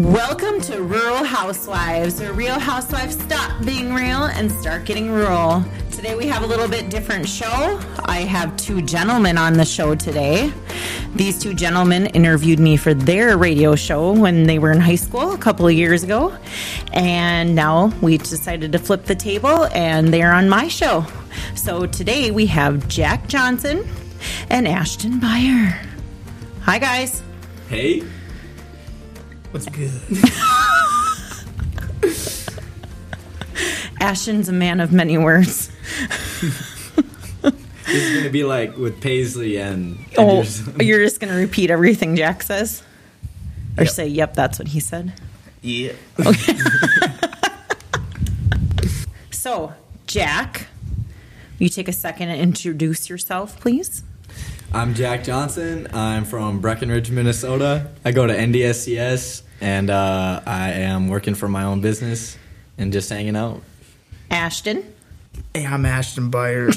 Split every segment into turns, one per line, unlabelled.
Welcome to Rural Housewives, where real housewives stop being real and start getting rural. Today we have a little bit different show. I have two gentlemen on the show today. These two gentlemen interviewed me for their radio show when they were in high school a couple of years ago. And now we decided to flip the table and they're on my show. So today we have Jack Johnson and Ashton Byer. Hi guys.
Hey.
What's good?
Ashton's a man of many words.
This is gonna be like with Paisley and
Oh,
Anderson.
you're just going to repeat everything Jack says? Or
Yep.
say, yep, that's what he said?
Yeah.
So, Jack, will you take a second and introduce yourself, please?
I'm Jack Johnson. I'm from Breckenridge, Minnesota. I go to NDSCS and uh, I am working for my own business and just hanging out.
Ashton.
Hey, I'm Ashton Byer.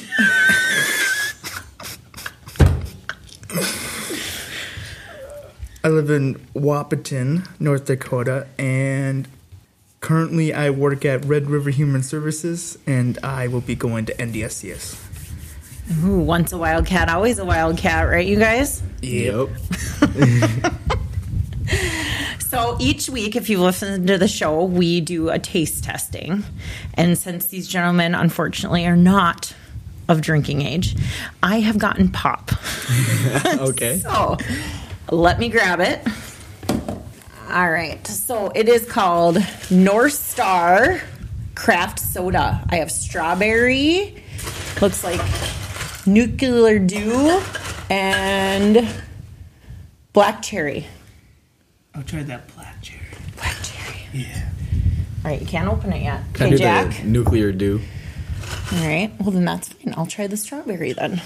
I live in Wapiton, North Dakota, and currently I work at Red River Human Services, and I will be going to NDSCS.
Ooh, once a wildcat, always a wildcat, right, you guys?
Yep.
So each week, if you've listened to the show, we do a taste testing. And since these gentlemen, unfortunately, are not of drinking age, I have gotten pop.
Okay.
So let me grab it. All right. So it is called North Star Craft Soda. I have strawberry, looks like nuclear dew, and black cherry.
I'll try that black cherry.
Black cherry.
Yeah.
All right. You can't open it yet.
Can I
Okay,
do
Jack.
the nuclear do.
All right. Well, then that's fine. I'll try the strawberry then.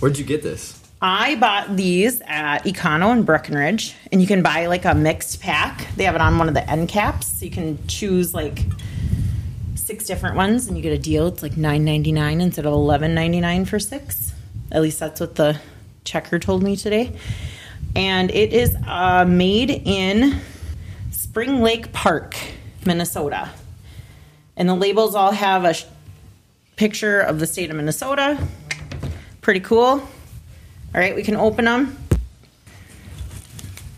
Where'd you get this?
I bought these at Econo in Breckenridge, and you can buy like a mixed pack. They have it on one of the end caps, so you can choose like six different ones, and you get a deal. It's like nine ninety nine instead of eleven ninety nine for six. At least that's what the checker told me today. And it is uh, made in Spring Lake Park, Minnesota, and the labels all have a sh- picture of the state of Minnesota. Pretty cool. All right, we can open them.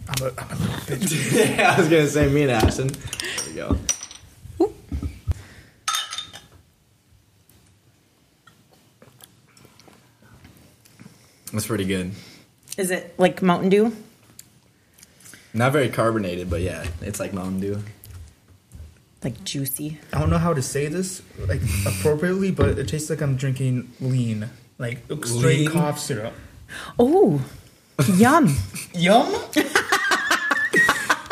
I'm a, I'm a little bitch.
I was gonna say me and Ashton. There we go. That's pretty good.
Is it like Mountain Dew?
Not very carbonated, but yeah, it's like Mountain Dew.
Like juicy.
I don't know how to say this like appropriately, but it tastes like I'm drinking lean, like straight
Lean?
cough syrup.
Oh, yum.
Yum.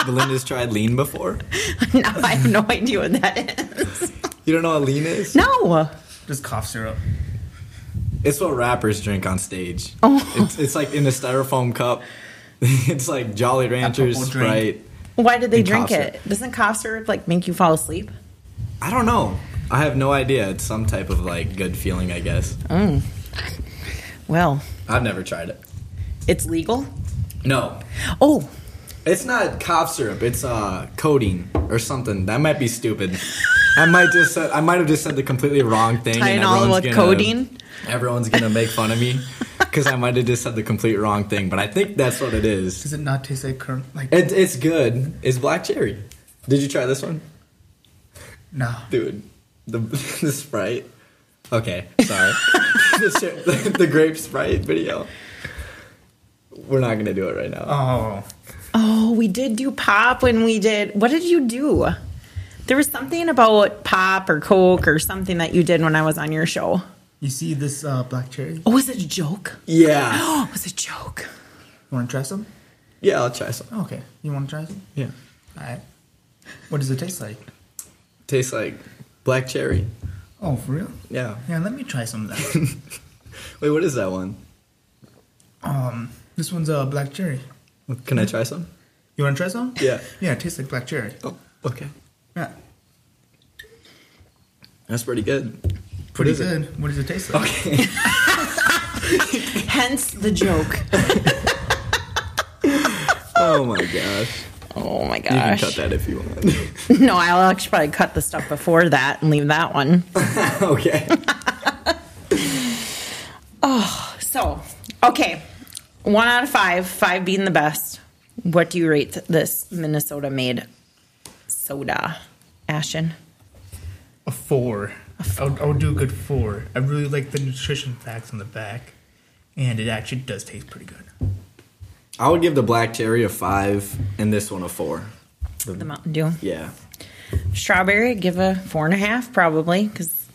Belinda's tried lean before.
now I have no idea what that is.
You don't know what lean is?
No.
Just cough syrup.
It's what rappers drink on stage. Oh. It's, it's like in a styrofoam cup. It's like Jolly Ranchers,
purple drink.
Sprite.
Why did they
And
drink
cough
it? Doesn't cough syrup like make you fall asleep?
I don't know. I have no idea. It's some type of like good feeling, I guess.
Well,
I've never tried it.
it's legal.
No,
Oh,
it's not cough syrup. It's uh codeine or something. That might be stupid. I might just said, I might have just said the completely wrong thing.
Tying all
everyone's
with codeine?
Everyone's gonna make fun of me because I might have just said the complete wrong thing. But I think that's what it is.
Does it not taste like current? Like
It, it's good. It's black cherry. Did you try this one,
no.
dude? The the sprite. Okay, sorry. the, cher- the, grape sprite video. We're not gonna do it right now.
Oh.
oh, we did do pop when we did. What did you do? There was something about pop or Coke or something that you did when I was on your show.
You see this uh, black cherry?
Oh, was it a joke?
Yeah,
Oh, it was a joke.
You want to try some?
yeah. I'll try some.
Oh, okay. You want to try some?
Yeah.
All right. What does it taste like?
Tastes like black cherry.
Oh, for real?
Yeah.
Yeah, let me try some of that.
Wait, what is that one?
um, this one's uh, black cherry.
Can I try some?
You want to try some?
Yeah.
Yeah, it tastes like black cherry.
Oh, okay.
Yeah.
That's pretty good.
Pretty
is it?
good. What does it taste like?
Okay.
Hence the joke.
oh my gosh.
Oh my
You can
gosh.
cut that if you want.
No, I'll actually probably cut the stuff before that and leave that one.
okay.
So, okay. One out of five, five being the best. What do you rate this Minnesota made soda, Ashton?
A four. I'll, I'll do a good four. I really like the nutrition facts on the back, and it actually does taste pretty good.
I would give the black cherry a five and this one a four.
The Mountain Dew.
Yeah.
Strawberry, give a four and a half probably because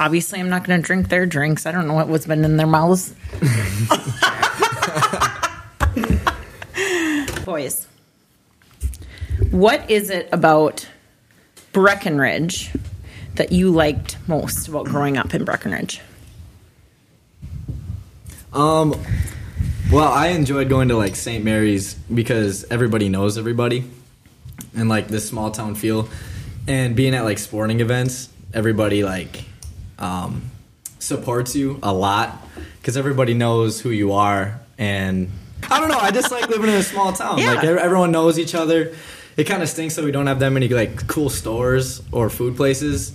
obviously I'm not going to drink their drinks. I don't know what was been in their mouths. Boys, what is it about Breckenridge that you liked most about growing up in Breckenridge?
Um, well, I enjoyed going to like St. Mary's because everybody knows everybody, and like this small town feel, and being at like sporting events, everybody like um, supports you a lot because everybody knows who you are, and I don't know. I just like living in a small town.
Yeah.
Like ev- everyone knows each other. It kind of stinks that we don't have that many like cool stores or food places.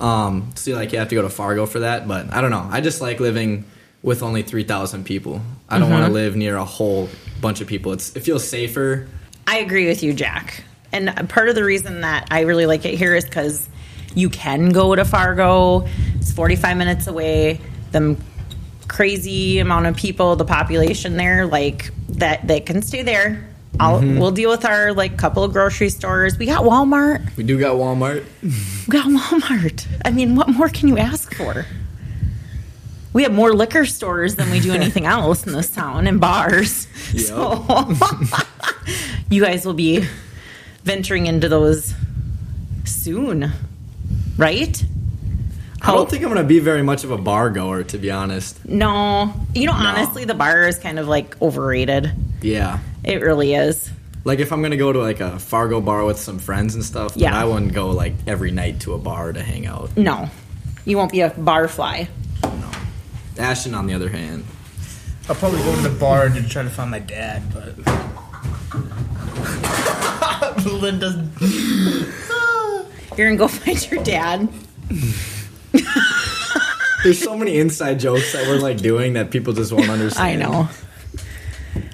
Um, so like you have to go to Fargo for that, but I don't know. I just like living with only three thousand people. I don't want to live near a whole bunch of people. It's it feels safer.
I agree with you, Jack. And part of the reason that I really like it here is because you can go to Fargo. It's 45 minutes away. The crazy amount of people, the population there, like that, they can stay there. I'll, We'll deal with our like couple of grocery stores. We got Walmart.
We do got Walmart.
We got Walmart. I mean, what more can you ask for? We have more liquor stores than we do anything else in this town and bars.
Yep.
So you guys will be venturing into those soon, right? Oh,
I don't think I'm gonna be very much of a bar goer, to be honest.
No. You know, honestly, the bar is kind of like overrated.
Yeah,
It really is.
like if I'm gonna go to like a Fargo bar with some friends and stuff, yeah,
Yeah.
I wouldn't go like every night to a bar to hang out.
No. You won't be a bar fly.
No. Ashton, on the other hand,
I'll probably go to the bar to try to find my dad, but. Linda's.
You're going to go find your dad.
there's so many inside jokes that we're like doing that people just won't understand.
I know.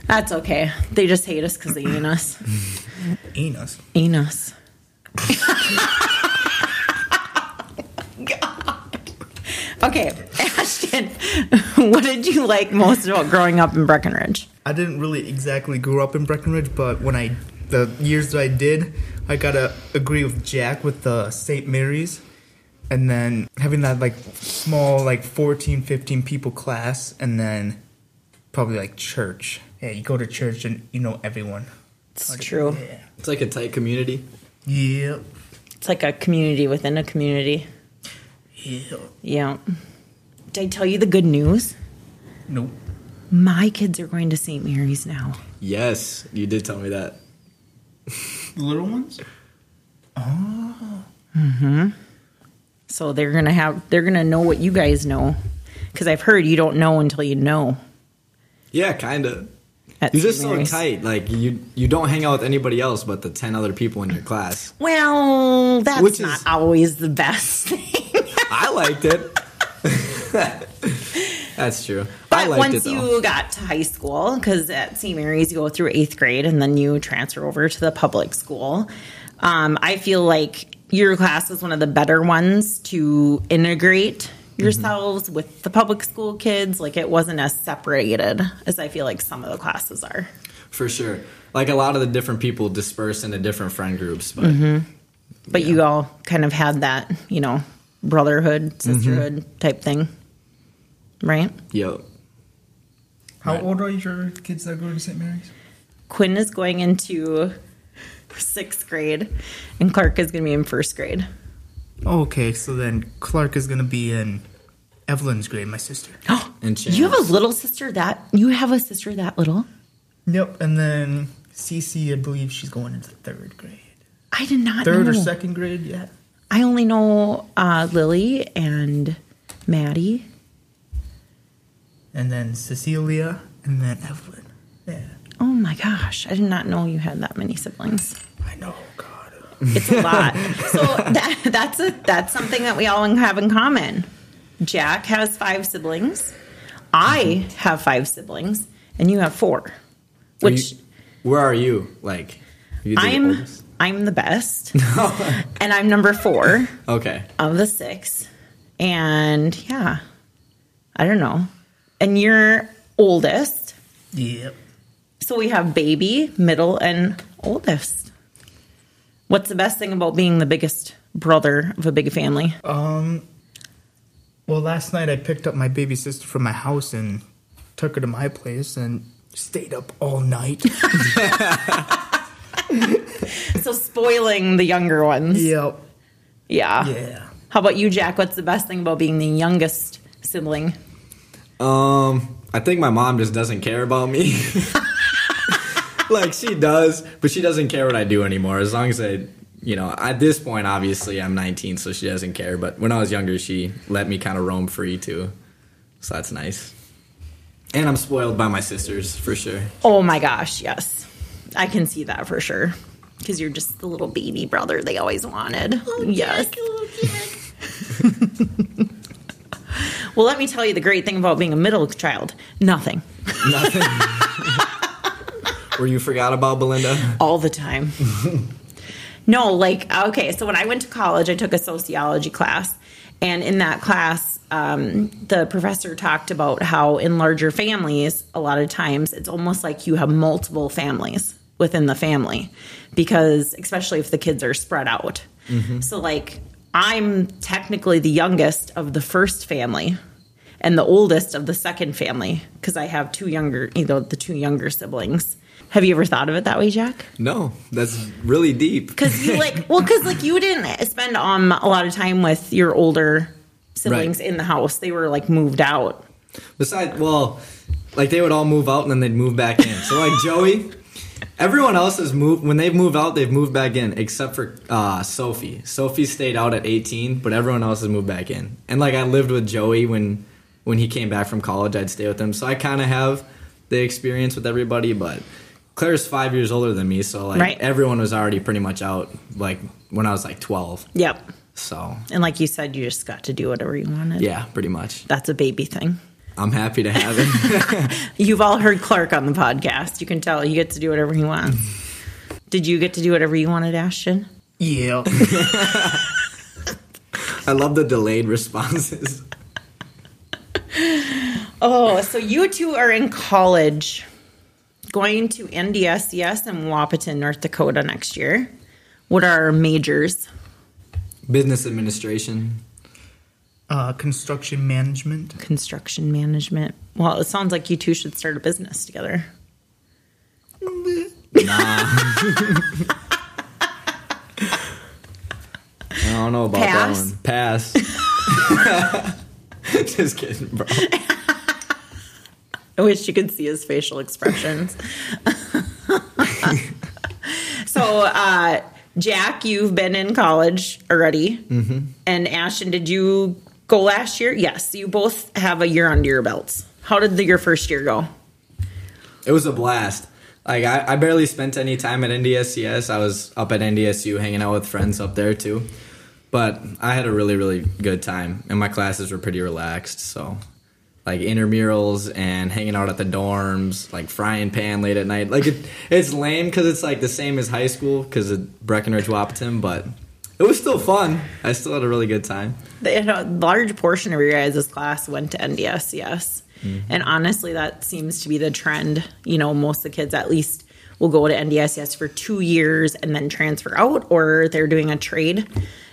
That's okay. They just hate us because they ain't us.
Enos.
Enos. God. Okay, Ashton, what did you like most about growing up in Breckenridge?
I didn't really exactly grow up in Breckenridge, but when I the years that I did, I gotta agree with Jack with the St. Mary's, and then having that like small like 14, 15 people class, and then probably like church. Yeah, you go to church and you know everyone.
It's true.
Yeah.
It's like a tight community.
Yep.
It's like a community within a community.
Yep.
Yeah. Did I tell you the good news?
Nope.
My kids are going to St. Mary's now.
Yes, you did tell me that.
The little ones.
So they're gonna have they're gonna know what you guys know, because I've heard you don't know until you know.
Yeah, kind of.
at
You're just
St.
so
Mary's.
tight. Like you, you don't hang out with anybody else but the ten other people in your class.
Well, that's
Which is-
not always the best thing.
I liked it. That's true. I
But
liked
once
it though.
you got to high school, because at St. Mary's you go through eighth grade and then you transfer over to the public school, um, I feel like your class is one of the better ones to integrate
Mm-hmm.
yourselves with the public school kids. Like it wasn't as separated as I feel like some of the classes are.
For sure. Like a lot of the different people disperse into different friend groups, but
Mm-hmm. But you all kind of had that, you know,
Mm-hmm.
brotherhood, sisterhood type thing, right?
yo.
How old are your kids that go to St. Mary's?
Quinn is going into sixth grade, and Clark is going to be in first grade.
Okay, so then Clark is gonna be in Evelyn's grade, my sister.
And Chance.
You have a little sister that you have a sister that little.
Yep, and then Cece, I believe she's going into third grade.
I did not
Third
know.
or second grade, yeah.
I only know uh, Lily and Maddie.
And then Cecilia, and then Evelyn. Yeah.
Oh my gosh, I did not know you had that many siblings.
I know, God.
It's a lot. so that, that's a that's something that we all have in common. Jack has five siblings. I have five siblings, and you have four.
Are
Which
you- where are you? Like, you the
I'm
oldest?
I'm the best, and I'm number four
okay.
of the six. And yeah, I don't know. And you're oldest,
Yep.
so we have baby, middle, and oldest. What's the best thing about being the biggest brother of a big family?
Well, last night I picked up my baby sister from my house and took her to my place and stayed up all night.
So spoiling the younger ones.
yep.
Yeah.
Yeah.
How about you, Jack? What's the best thing about being the youngest sibling?
Um, I think my mom just doesn't care about me. like she does, but she doesn't care what I do anymore. As long as I, you know, at this point, obviously I'm 19, so she doesn't care. But when I was younger, she let me kind of roam free too, so that's nice. And I'm spoiled by my sisters for sure.
Oh my gosh, yes. I can see that for sure. Because you're just the little baby brother they always wanted. yes. well, let me tell you the great thing about being a middle child nothing.
Nothing. Were you forgot about Belinda?
all the time. no, like, okay, so when I went to college, I took a sociology class. And in that class, um, the professor talked about how in larger families, a lot of times it's almost like you have multiple families within the family because, especially if the kids are spread out. So, like, I'm technically the youngest of the first family and the oldest of the second family because I have two younger, you know, the two younger siblings. Have you ever thought of it that way, Jack?
No, that's really deep.
because you like well because like you didn't spend um a lot of time with your older siblings
Right.
in the house they were like moved out
Besides, well, like they would all move out and then they'd move back in. So like Joey, everyone else has moved. When they've moved out, they've moved back in, except for uh, Sophie. Sophie stayed out at 18, but everyone else has moved back in. And like I lived with Joey when when he came back from college, I'd stay with him. So I kind of have the experience with everybody, but. Claire's five years older than me, so like
Right.
everyone was already pretty much out like when I was like twelve.
yep
So
and like you said you just got to do whatever you wanted
yeah, pretty much.
that's a baby thing
I'm happy to have it.
you've all heard clark on the podcast you can tell he gets to do whatever he wants did you get to do whatever you wanted ashton
Yeah.
I love the delayed responses.
oh so you two are in college going to ndses in wapaton north dakota next year what are our majors
Business administration.
uh, construction management.
construction management. Well, it sounds like you two should start a business together.
I don't know about
Pass.
that one. Pass. Just kidding, bro.
I wish you could see his facial expressions. so, uh, Jack, you've been in college already. Mm-hmm. And Ashton, did you go last year? Yes, you both have a year under your belts. How did the, your first year go?
It was a blast. Like I, I barely spent any time at NDSCS. I was up at NDSU hanging out with friends up there too. But I had a really, really good time and my classes were pretty relaxed, so like intramurals and hanging out at the dorms, like frying pan late at night. Like it, it's lame because it's like the same as high school because of Breckenridge Wapaton, but it was still fun. I still had a really good time.
The- A large portion of your guys' class went to NDS, yes. And honestly, that seems to be the trend. You know, most of the kids at least will go to NDSS for two years and then transfer out, or they're doing a trade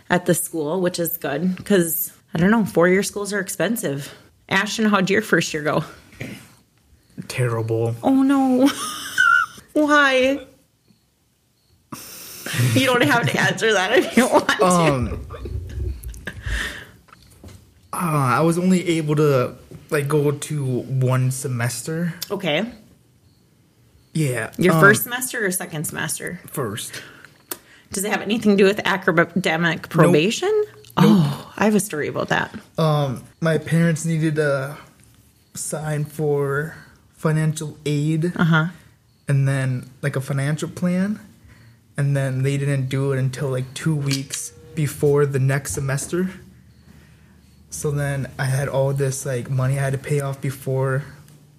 at the school, which is good because I don't know, four year schools are expensive. Ashton, how'd your first year go?
Terrible.
Oh no. Why? You don't have to answer that if you don't want to.
Um, uh, I was only able to like go to one semester.
okay.
Yeah.
Your
um,
first semester or second semester?
First.
Does it have anything to do with academic probation? Oh, I have a story about that.
Um, my parents
Uh-huh.
needed a sign for financial aid. Uh huh. and then like a financial plan, and then they didn't do it until like two weeks before the next semester. So then I had all this like money I had to pay off before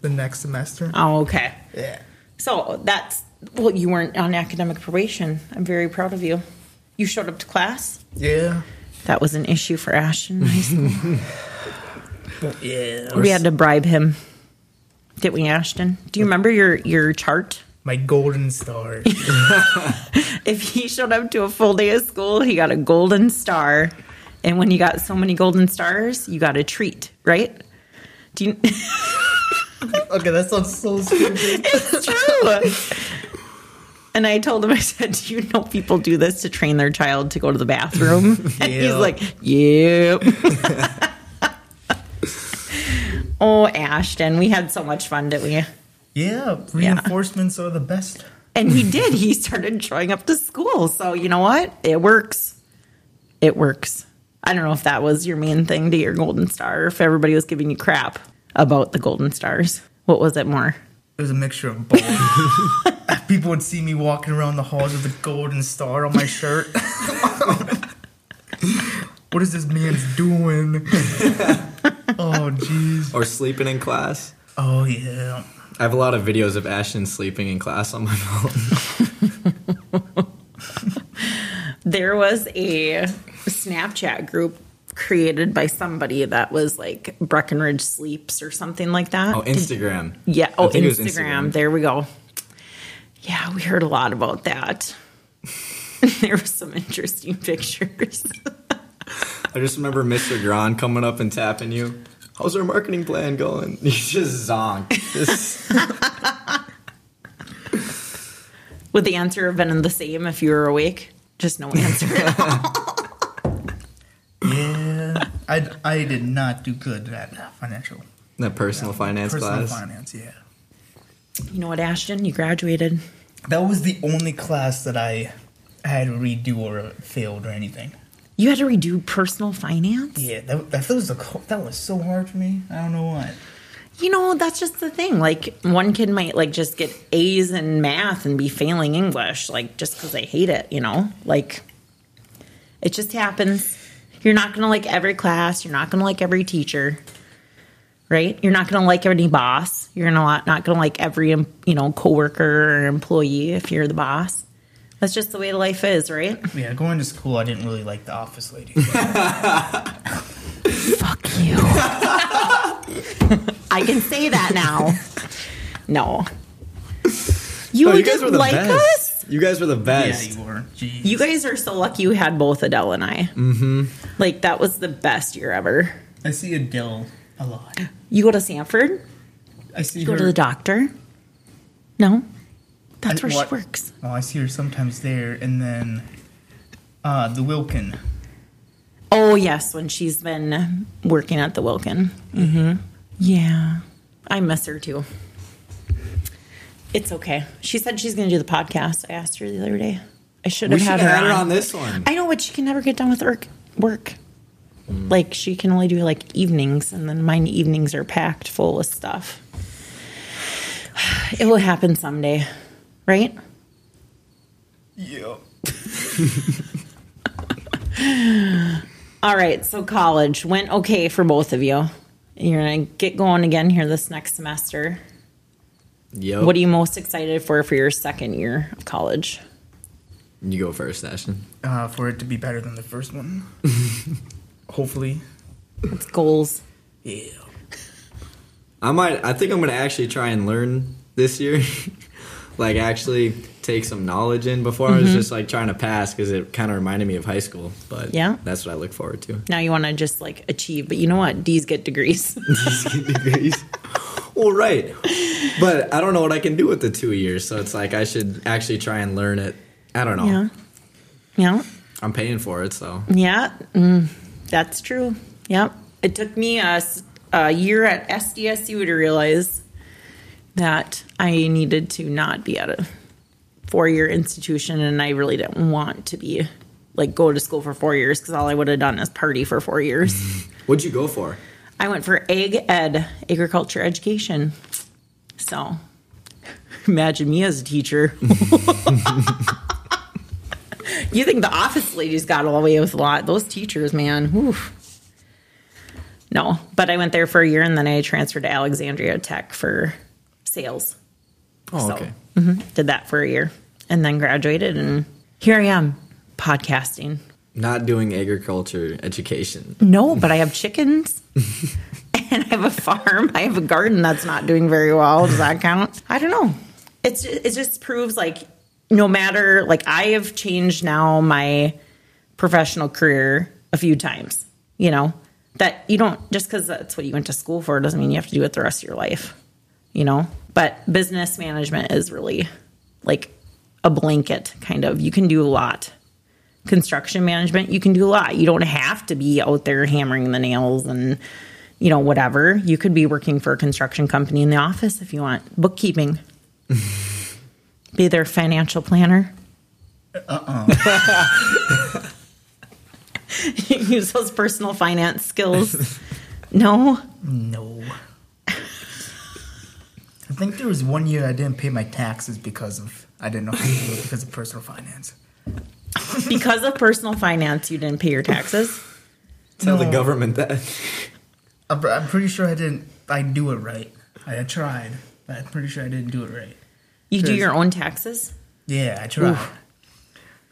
the next semester.
Oh, okay.
Yeah.
So that's well, you weren't on academic probation. I'm very proud of you. You showed up to class. Mm-hmm.
Yeah.
That was an issue for Ashton. High School.
Yeah.
we had to bribe him, didn't we, Ashton? Do you remember your your chart?
My golden star.
If he showed up to a full day of school, he got a golden star, and when you got so many golden stars, you got a treat, right? Do you?
okay, that sounds so stupid.
It's true. And I told him, I said, Do you know people do this to train their child to go to the bathroom? And he's
Yeah.
like, Yep. oh, Ashton, we had so much fun, didn't we?
Yeah, reinforcements are the best.
And he did. He started showing up to school. So, you know what? It works. It works. I don't know if that was your main thing to get your golden star, or if everybody was giving you crap about the golden stars. What was it more?
It was a mixture of both. People would see me walking around the halls with a golden star on my shirt. what is this man's doing? oh, jeez.
Or sleeping in class.
Oh, yeah.
I have a lot of videos of Ashton sleeping in class on my phone.
there was a Snapchat group created by somebody that was like Breckenridge Sleeps or something like that.
Oh, Instagram.
yeah.
I
Oh,
think it was
Instagram. There we go. Yeah, we heard a lot about that. there were some interesting pictures.
I just remember Mr. Gron coming up and tapping you. How's our marketing plan going? You just zonk. This-
Would the answer have been the same if you were awake? Just no answer.
Yeah. I, I did not do good at financial.
that personal finance
personal
class.
finance, yeah.
you know what, Ashton? You graduated.
That was the only class that I had to redo or failed or anything.
You had to redo personal finance?
Yeah, that, that was a, co- that was so hard for me. I don't know why.
You know, that's just the thing. Like one kid might like just get A's in math and be failing English, like just because they hate it. You know, like it just happens. You're not gonna like every class. You're not gonna like every teacher, right? You're not gonna like any boss. You're gonna not, not gonna like every em- you know coworker or employee if you're the boss. That's just the way life is, right?
Yeah, going to school, I didn't really like the office lady.
Fuck you. I can say that now. No. You,
Oh,
didn't like us?
You guys were the
yeah,
best.
you were. Jeez.
You guys are so lucky you had both Adele and I. Mm-hmm. Like, that was the best year ever.
I see Adele a lot.
You go to Sanford?
I see
You
her.
go to the doctor? No? That's
I-
where
what-
she works.
Oh, I see her sometimes there, and then uh, the Wilkin.
Oh, yes, when she's been working at the Wilkin. Mm-hmm. Yeah. I miss her too. It's okay. She said she's going to do the podcast. I asked her the other day. I should
We
have had
should have
her,
had her
on.
on this one.
I know, but she can never get done with work. work. Like, she can only do like evenings, and then mine evenings are packed full of stuff. It will happen someday, right?
Yeah.
All right, so college went okay for both of you. You're gonna get going again here this next semester.
Yo.
What are you most excited for for your second year of college?
You go first, Ashton.
Uh, for it to be better than the first one. Hopefully.
It's goals.
Yeah.
I might. I think I'm gonna actually try and learn this year. like actually take some knowledge in. Before
Mm-hmm.
I was just like trying to pass because it kind of reminded me of high school. But
Yeah.
that's what I look forward to.
Now you want to just like achieve, but you know what? D's get degrees.
degrees. Well, right. But I don't know what I can do with the two years. So it's like I should actually try and learn it. I don't know.
yeah, yeah,
I'm paying for it, so.
yeah. Mm, that's true. Yep. It took me a, s- a year at SDSU to realize that I needed to not be at a four-year institution, and I really didn't want to be like go to school for four years because all I would have done is party for four years.
What'd you go for?
I went for ag ed, agriculture education. So Imagine me as a teacher. you think the office ladies got away with a lot? Those teachers, man. Oof. No, but I went there for a year and then I transferred to Alexandria Tech for sales.
Oh,
So-
okay.
Did that for a year and then graduated. And here I am podcasting.
Not doing agriculture education.
No, but I have chickens and I have a farm. I have a garden that's not doing very well. Does that count? I don't know. It's just, it just proves like no matter like I have changed now my professional career a few times. You know that you don't just because that's what you went to school for doesn't mean you have to do it the rest of your life. You know, but business management is really like a blanket kind of. You can do a lot construction management, you can do a lot. You don't have to be out there hammering the nails and you know whatever. You could be working for a construction company in the office if you want. Bookkeeping. be their financial planner. Uh-uh. Use those personal finance skills. No.
No. I think there was one year I didn't pay my taxes because of I didn't know how to do it because of personal finance.
Because of personal finance, you didn't pay your taxes.
Tell the
No.
government that.
I'm, I'm pretty sure I didn't. I do it right. I tried, but I'm pretty sure I didn't do it right.
You do
Yes.
your own taxes?
Yeah, I tried.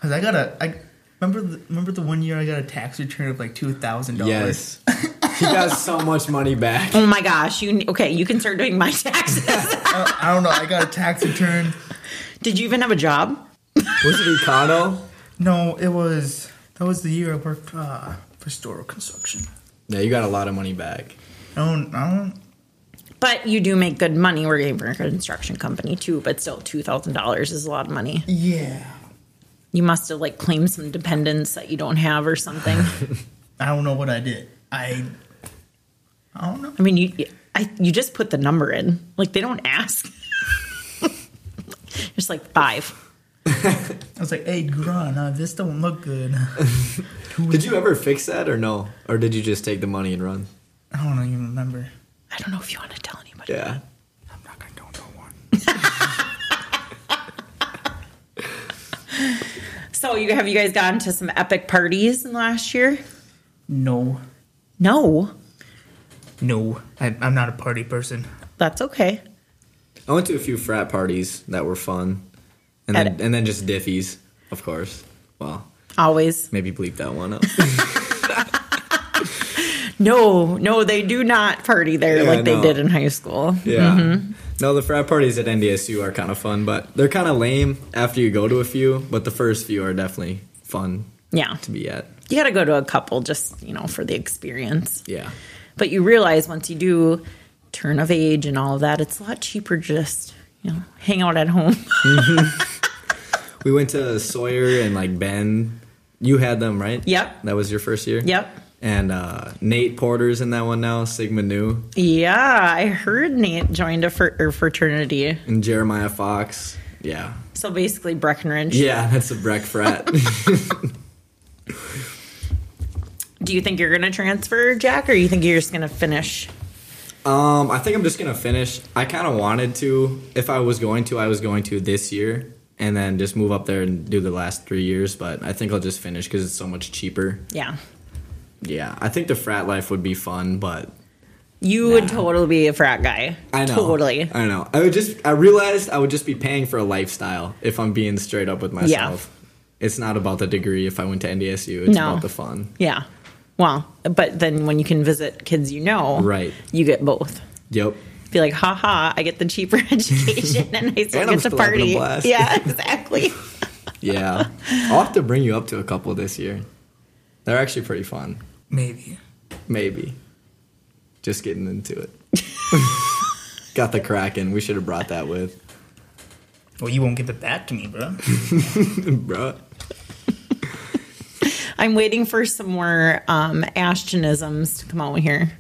Cause I got a. I remember. The, remember the one year I got a tax return of like two thousand dollars.
Yes. he got so much money back.
Oh my gosh, you okay, you can start doing my taxes.
I, I don't know. I got a tax return.
Did you even have a job?
Was it Econo?
No, it was that was the year I worked uh, for store construction.
Yeah, you got a lot of money back.
I don't. I don't.
But you do make good money working for a construction company too. But still, two thousand dollars is a lot of money.
Yeah.
You must have like claimed some dependents that you don't have or something.
I don't know what I did. I. I don't know.
I mean, you I, you just put the number in. Like they don't ask. just like five.
I was like, "Hey, Gron, uh, this don't look good."
Did you ever fix that or no? Or did you just take the money and run?
I don't even remember.
I don't know if you want to tell anybody.
Yeah.
I'm not gonna go no one.
So you have you guys gone to some epic parties in the last year?
No,
No,
no, I, I'm not a party person.
that's okay.
I went to a few frat parties that were fun. And
At-
then, and then just diffies, of course. Well,
Always.
maybe bleep that one up.
No, no, they do not party there
Yeah,
like they
no.
did in high school.
Yeah.
Mm-hmm.
No, the frat parties at NDSU are kind of fun, but they're kind of lame after you go to a few, but the first few are definitely fun
Yeah.
to be at.
You got to go to a couple just, you know, for the experience.
Yeah.
But you realize once you do turn of age and all of that, it's a lot cheaper to just, you know, hang out at home.
We went to Sawyer and like Ben. You had them, right?
Yep.
That was your first year?
Yep.
And uh, Nate Porter's in that one now, Sigma Nu,
yeah, I heard Nate joined a fr- or fraternity.
and Jeremiah Fox. Yeah.
So basically Breckenridge.
Yeah, that's a Breck frat.
Do you think you're going to transfer, Jack, or you think you're just going to finish?
Um, I think I'm just gonna finish. I kind of wanted to. If I was going to, I was going to this year, and then just move up there and do the last three years. But I think I'll just finish because it's so much cheaper.
Yeah.
Yeah, I think the frat life would be fun, but
You would totally be a frat guy.
I know
Totally.
I know. I would just. I realized I would just be paying for a lifestyle if I'm being straight up with myself. It's not about the degree if I went to NDSU. It's
No.
about the fun.
Yeah. Well, but then when you can visit kids you know,
Right.
you get both.
Yep.
be like, ha ha, I get the cheaper education and I still get
And I'm
to
still having a
party.
blast.
Yeah, exactly.
Yeah. I'll have to bring you up to a couple this year. They're actually pretty fun.
Maybe.
Maybe. Just getting into it. Got the Kraken. We should have brought that with.
Well, you won't give it back to me, bro.
Bruh.
I'm waiting for some more um, Ashtonisms to come out here.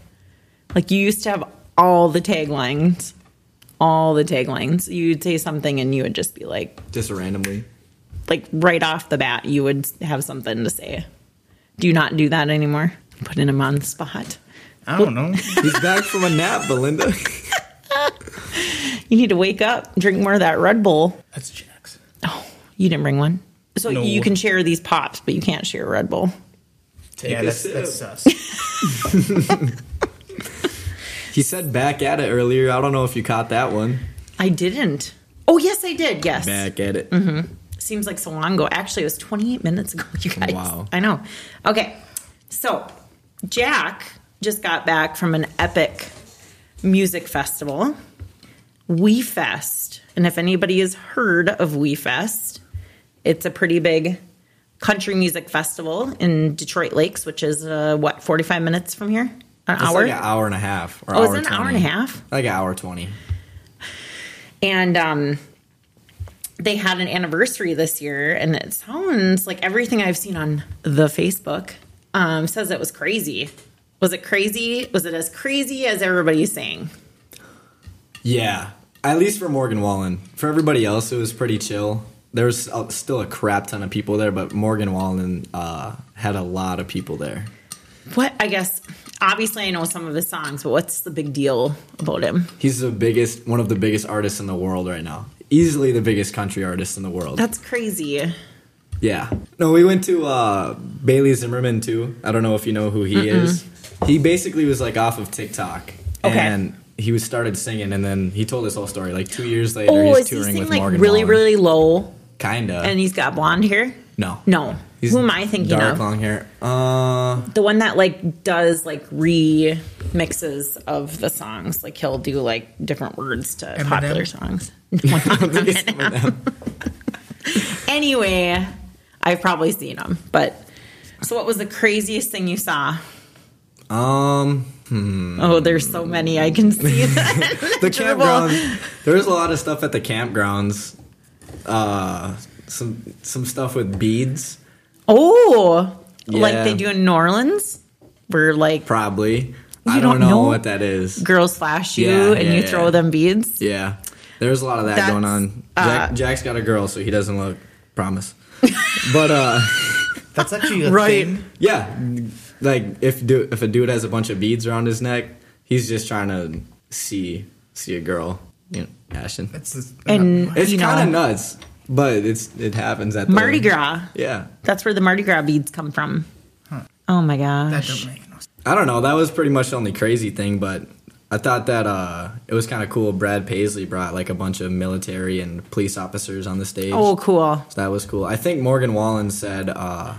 Like you used to have all the taglines, all the taglines. You'd say something and you would just be like,
Just randomly.
like right off the bat, you would have something to say. Do you not do that anymore? Putting him on the spot.
I don't know.
He's back from a nap, Belinda.
You need to wake up, drink more of that Red Bull.
That's Jack's.
You didn't bring one. So
No.
you can share these pops, but you can't share Red Bull.
Take
yeah,
a
that's
sip.
that's sus.
He said back at it earlier. I don't know if you caught that one.
I didn't. Oh, yes, I did. Yes.
Back at it.
Mm-hmm. Seems like so long ago. Actually, it was 28 minutes ago, you guys.
Wow.
I know. Okay. So, Jack just got back from an epic music festival, We Fest. And if anybody has heard of We Fest, it's a pretty big country music festival in Detroit Lakes, which is, uh, what, 45 minutes from here? An
It's
hour?
like an hour and a half. Or
Oh, is
hour
it an hour and a
20.
half?
Like an hour twenty.
and um they had an anniversary this year and it sounds like everything i've seen on the facebook um says it was crazy was it crazy was it as crazy as everybody's saying
Yeah. At least for Morgan Wallen. For everybody else, it was pretty chill. There was uh, still a crap ton of people there, but Morgan Wallen uh, had a lot of people there.
what i guess obviously i know some of his songs but what's the big deal about him
He's the biggest, one of the biggest artists in the world right now. Easily the biggest country artist in the world.
that's crazy
Yeah. No, we went to uh, Bailey Zimmerman too. I don't know if you know who he is. He basically was like off of TikTok.
Okay.
And he was started singing, and then he told his whole story. Like two years later,
oh
he's
is he
touring
singing
with
like
Morgan
really
Wallen.
really low
Kinda.
and he's got blonde hair
no.
no
He's
who am i thinking
dark
of
long hair. Uh,
the one that like does like remixes of the songs like he'll do like different words to
Eminem?
popular songs No,
I think it's some of them.
anyway i've probably seen them but so what was the craziest thing you saw
Um,
oh there's so many i can see that
the
Dribble.
campground. There's a lot of stuff at the campgrounds. Uh, some some stuff with beads,
oh like
Yeah.
they do in new orleans where like
probably. I
You
don't,
don't
know,
know?
what that is.
girls flash you
Yeah,
and
yeah,
you
yeah.
throw them beads
Yeah, there's a lot of that
That's,
going on. Jack,
uh,
Jack's got a girl, so he doesn't look. Promise. but uh,
That's actually a
Right.
thing.
yeah, like if du- if a dude has a bunch of beads around his neck, he's just trying to see see a girl. You know, Ashton.
That's just,
and
It's
you
kind
know
of nuts, but it's it happens at the,
mardi gras
Yeah,
that's where the mardi gras beads come from oh my gosh
that don't make no sense.
I don't know. That was pretty much the only crazy thing, but I thought that uh, it was kind of cool. Brad Paisley brought like a bunch of military and police officers on the stage.
oh cool
So that was cool. I think Morgan Wallen said uh,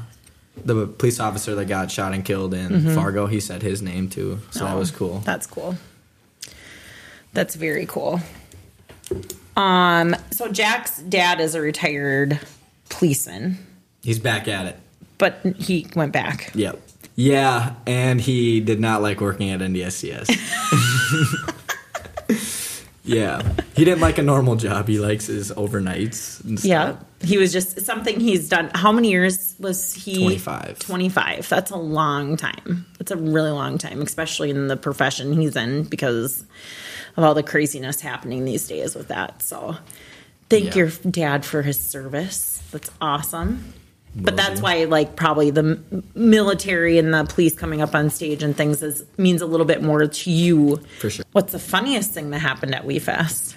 the police officer that got shot and killed in Fargo. He said his name too, so that
Mm-hmm. Oh,
was cool.
That's cool. That's very cool. Um, so Jack's dad is a retired policeman,
He's back at it.
but he went back.
Yep. Yeah, and he did not like working at NDSCS. yeah, he didn't like a normal job. He likes his overnights. And stuff.
Yeah. He was just something he's done. How many years was he?
25.
25. That's a long time. That's a really long time, especially in the profession he's in because of all the craziness happening these days with that. So thank
Yeah.
your dad for his service. That's awesome.
Will
But that's
do.
why, like, probably the m- military and the police coming up on stage and things is, means a little bit more to you.
For sure.
What's the funniest thing that happened at WeFest?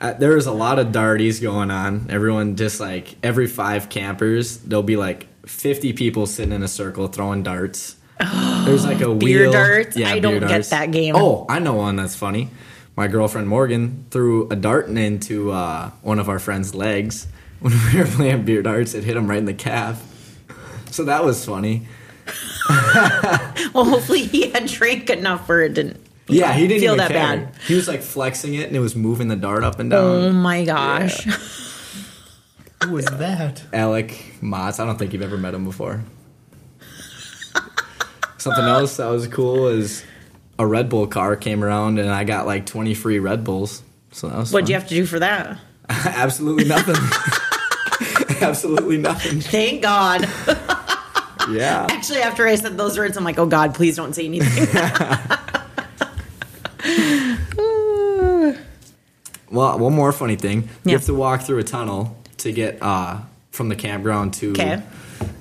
Uh, there was a lot of darties going on. Everyone just like every five campers, there'll be like fifty people sitting in a circle throwing darts. There's like a
Beer
wheel.
darts? I don't get that game.
Oh, I know one that's funny. My girlfriend Morgan threw a dart into uh, one of our friends' legs when we were playing beer darts. It hit him right in the calf. So that was funny.
Well, hopefully he had drank enough where it didn't.
Yeah, he didn't
Feel
even
that
care.
bad.
He was like flexing it, and it was moving the dart up and down.
Oh my gosh.
Who is that?
Alec Mott. I don't think you've ever met him before. Something else that was cool is a Red Bull car came around and I got like 20 free Red Bulls. So that was
What'd you have to do for that?
have? Absolutely nothing. Absolutely nothing.
Thank God.
Yeah.
Actually, after I said those words, I'm like, oh God, please don't say anything.
Well, one more funny thing. You
Yeah.
have to walk through a tunnel to get uh, from the campground to.
'Kay.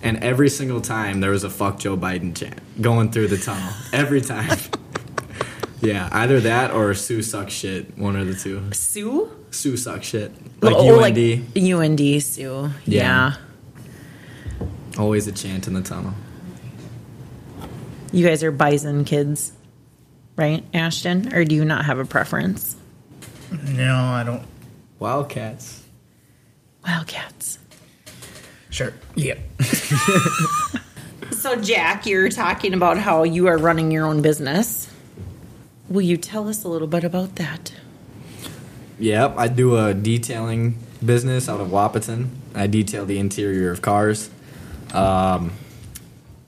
And every single time there was a fuck Joe Biden chant going through the tunnel. Every time. Yeah, either that or Sue sucks shit. One or the two.
Sue?
Sue sucks shit. Like
Oh,
UND.
UND Sue. Yeah.
Yeah. Always a chant in the tunnel.
You guys are bison kids, right, Ashton? Or do you not have a preference?
No, I don't.
Wildcats.
Wildcats.
Sure. Yep.
So, Jack, you're talking about how you are running your own business. Will you tell us a little bit about that?
Yep, I do a detailing business out of Wapaton. I detail the interior of cars. Um,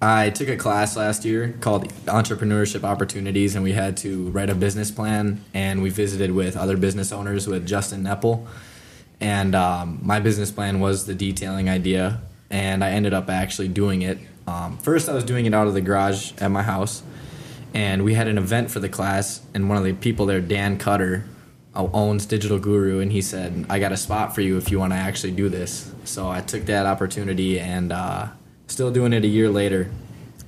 I took a class last year called Entrepreneurship Opportunities, and we had to write a business plan. And we visited with other business owners with Justin Nepple. And um, my business plan was the detailing idea, and I ended up actually doing it. Um, first, I was doing it out of the garage at my house, and we had an event for the class. And one of the people there, Dan Cutter, o- owns Digital Guru, and he said, "I got a spot for you if you want to actually do this." So I took that opportunity, and uh, still doing it a year later.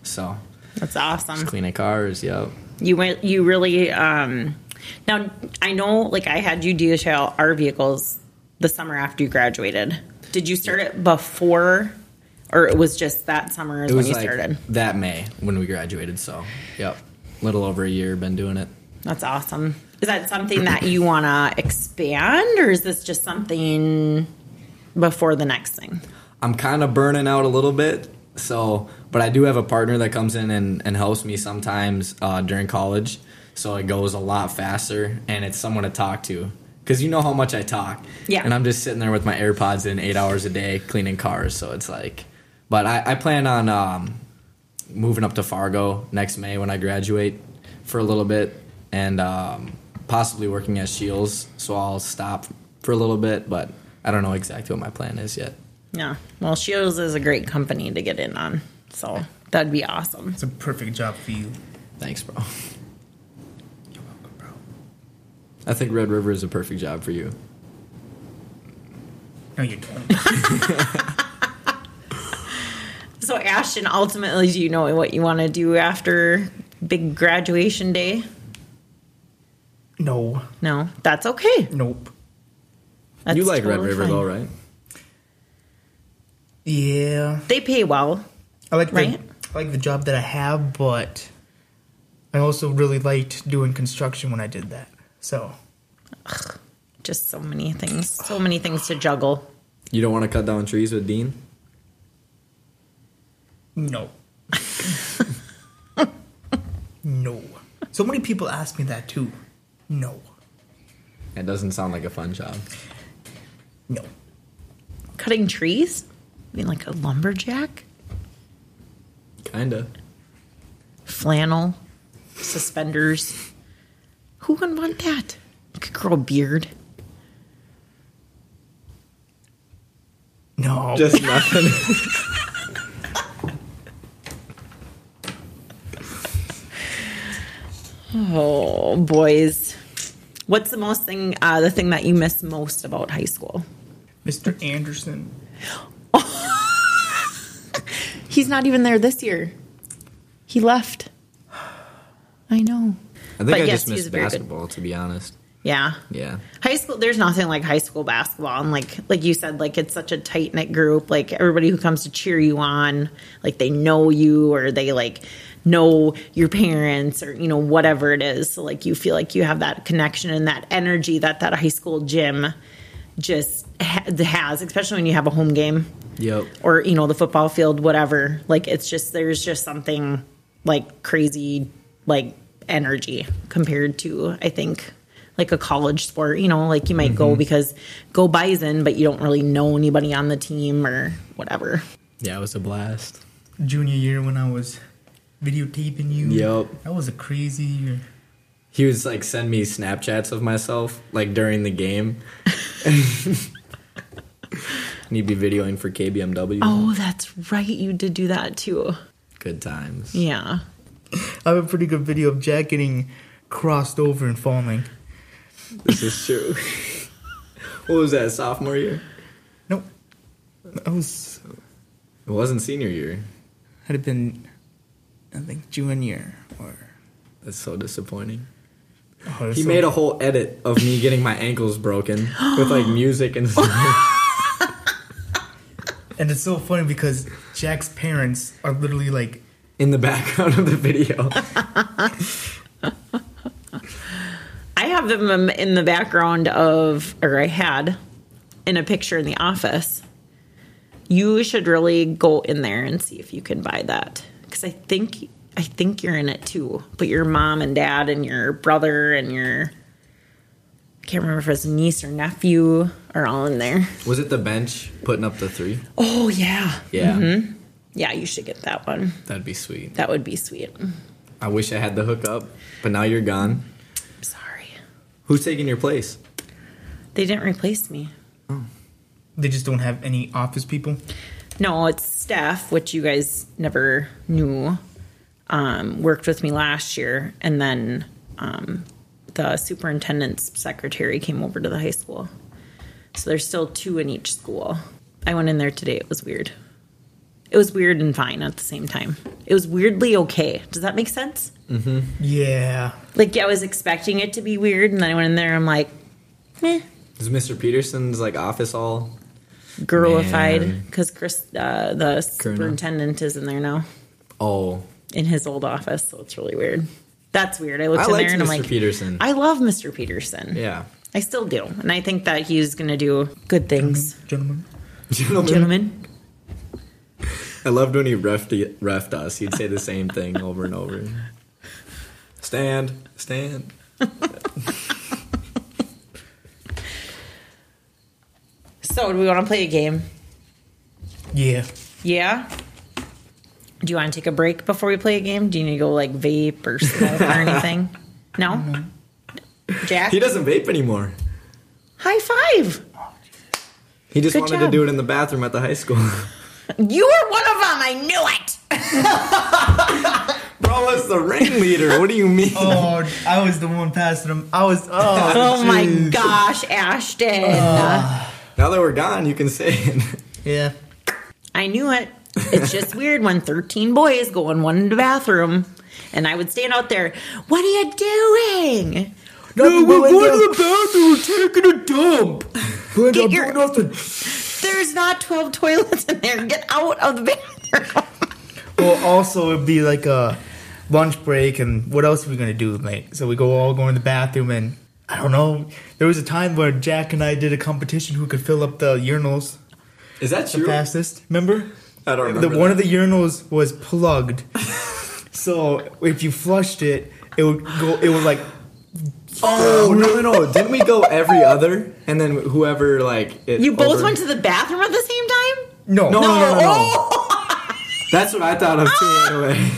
So
That's awesome.
cleaning cars, yep.
You went. You really. Um, now I know. Like I had you detail our vehicles the summer after you graduated. Did you start it before, or it was just that summer is
It
when
was
you
like
started?
that May when we graduated. So yep, little over a year been doing it.
That's awesome. Is that something that you want to expand, or is this just something before the next thing?
I'm kind of burning out a little bit. So, but I do have a partner that comes in and, and helps me sometimes uh, during college. So it goes a lot faster and it's someone to talk to. Cause you know how much I talk.
Yeah.
And I'm just sitting there with my AirPods in eight hours a day cleaning cars. So it's like, but I, I plan on um, moving up to Fargo next May when I graduate for a little bit and um, possibly working at Shields. So I'll stop for a little bit, but I don't know exactly what my plan is yet.
Yeah. Well, Shields is a great company to get in on, so that'd be awesome.
It's a perfect job for you.
Thanks, bro. You're welcome, bro. I think Red River is a perfect job for you.
No, you don't.
So, Ashton, ultimately, do you know what you want to do after big graduation day?
no.
No, that's okay.
Nope.
That's
you like Red
totally
River
fine.
though, right?
Yeah.
They pay well.
I like the,
Right?
I like the job that I have, but I also really liked doing construction when I did that. So
Just so many things, so many things to juggle.
You don't want to cut down trees with Dean?
no, no. So many people ask me that too. No,
That doesn't sound like a fun job.
no.
Cutting trees? I mean, like a lumberjack?
Kinda.
Flannel? Suspenders? Who would want that? Could grow a beard.
No.
Just nothing.
Oh, boys. What's the most thing, uh, the thing that you miss most about high school?
Mr. Anderson.
He's not even there this year. He left. I know.
I think
But
I
yes,
just
he's
miss
very good.
basketball, to be honest.
Yeah.
Yeah.
High school there's nothing like high school basketball. And like like you said, like it's such a tight knit group. Like everybody who comes to cheer you on, like they know you or they like know your parents or you know whatever it is. So like you feel like you have that connection and that energy that that high school gym just ha- has, especially when you have a home game
Yep.
or you know the football field whatever like it's just there's just something like crazy like energy compared to i think like a college sport you know like you might go because go bison but you don't really know anybody on the team or whatever
Yeah, it was a blast.
Junior year when I was videotaping you.
Yep.
That was a crazy year.
He was like send me Snapchats of myself, like during the game. and he'd be videoing for KBMW.
oh that's right you did do that too
Good times.
yeah
I have a pretty good video of Jack getting crossed over and falling.
This is true. what was that, sophomore year?
Nope. I was
It wasn't senior year.
had it been I think junior or
That's so disappointing.
that's
he
so-
made a whole edit of me getting my ankles broken with like music and stuff.
And it's so funny because Jack's parents are literally like,
in the background of the video.
I have them in the background of, or I had in a picture in the office. You should really go in there and see if you can buy that because I think I think you're in it too. But your mom and dad and your brother and your I can't remember if it's niece or nephew are all in there.
Was it the bench putting up the three?
Oh yeah,
Yeah,
Mm-hmm. yeah. You should get that one.
that'd be sweet.
That would be sweet.
I wish I had the hookup, but now you're gone.
I'm sorry,
Who's taking your place?
they didn't replace me.
they just don't have any office people.
No, it's Steph, which you guys never knew, um, worked with me last year. And then um, the superintendent's secretary came over to the high school. So there's still two in each school. I went in there today. It was weird. It was weird and fine at the same time. It was weirdly okay. Does that make sense?
Yeah.
Like, I was expecting it to be weird. And then I went in there I'm like, eh,
Is Mr. Peterson's like office all?
girlified.
Man.
Because Chris, uh, the superintendent is in there now.
Oh,
in his old office, so it's really weird. That's weird. I looked
I
in
like
there and
Mr.
I'm like,
Peterson.
I love Mr. Peterson.
yeah,
I still do, and I think that he's going to do good things.
Mm-hmm.
Gentlemen.
Gentlemen,
I loved when he refed, refed us. He'd say the same thing over and over. Stand, stand.
so do we want to play a game?
Yeah.
Yeah. Do you want to take a break before we play a game? Do you need to go like vape or smoke or anything? No. Jack,
Mm-hmm. He doesn't vape anymore.
high five.
He just
Good
wanted
job.
to do it in the bathroom at the high school.
You were one of them. I knew it.
Bro was the ringleader. What do you mean?
Oh, I was the one passing him. I was. Oh,
Oh my
jeez.
gosh, Ashton.
Now that we're gone, you can say it.
Yeah.
I knew it. It's just weird when 13 boys go in one bathroom and I would stand out there, What are you doing?
No, we're going to the bathroom. We're taking a dump.
Get your- There's not 12 toilets in there. Get out of the bathroom.
Well, also it'd be like a lunch break, and what else are we gonna do, mate? So we go all go in the bathroom, and I don't know. There was a time where Jack and I did a competition who could fill up the urinals
Is that
the
true?
fastest. Remember?
I don't remember.
The one of the urinals was plugged, so if you flushed it, it would go. It would like
Oh no no no! Didn't we go every other and then whoever like it
You both
over-
went to the bathroom at the same time?
no,
No, no, no, no, no.
Oh!
That's what I thought of too. Right away.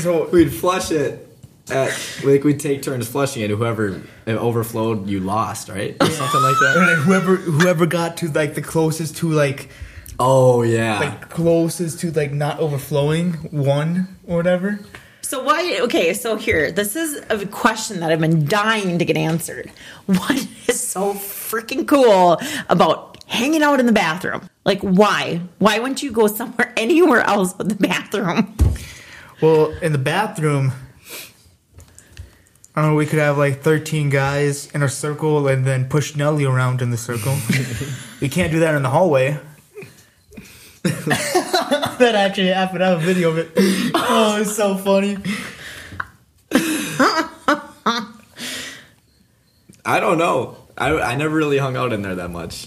So
We'd flush it. At, like we'd take turns flushing it. Whoever it overflowed, you lost, right? Or something like that.
and then whoever whoever got to like the closest to like
Oh yeah.
like closest to like not overflowing one or whatever.
So, why? Okay, so here, this is a question that I've been dying to get answered. What is so freaking cool about hanging out in the bathroom? Like, why? Why wouldn't you go somewhere anywhere else but the bathroom?
Well, in the bathroom, I don't know, we could have like 13 guys in a circle and then push Nelly around in the circle. we can't do that in the hallway. that actually happened. I have a video of it. Oh, it's so funny.
I don't know. I I never really hung out in there that much.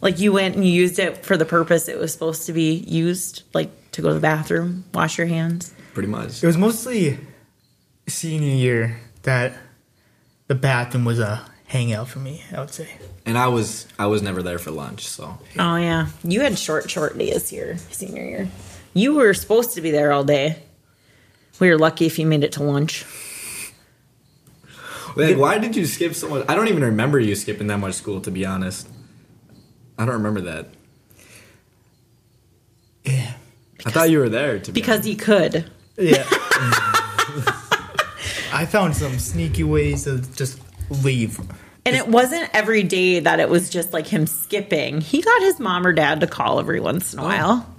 Like you went and you used it for the purpose it was supposed to be used, like to go to the bathroom, wash your hands.
Pretty much.
It was mostly senior year that the bathroom was a hangout for me, I would say.
And I was I was never there for lunch, so
Oh yeah, you had short short days here senior year. You were supposed to be there all day. We were lucky if you made it to lunch.
Like, why did you skip so much? I don't even remember you skipping that much school, to be honest. I don't remember that.
Yeah.
I thought you were there to be
Because you could.
Yeah. I found some sneaky ways to just leave.
And it wasn't every day that it was just like him skipping. He got his mom or dad to call every once in a while.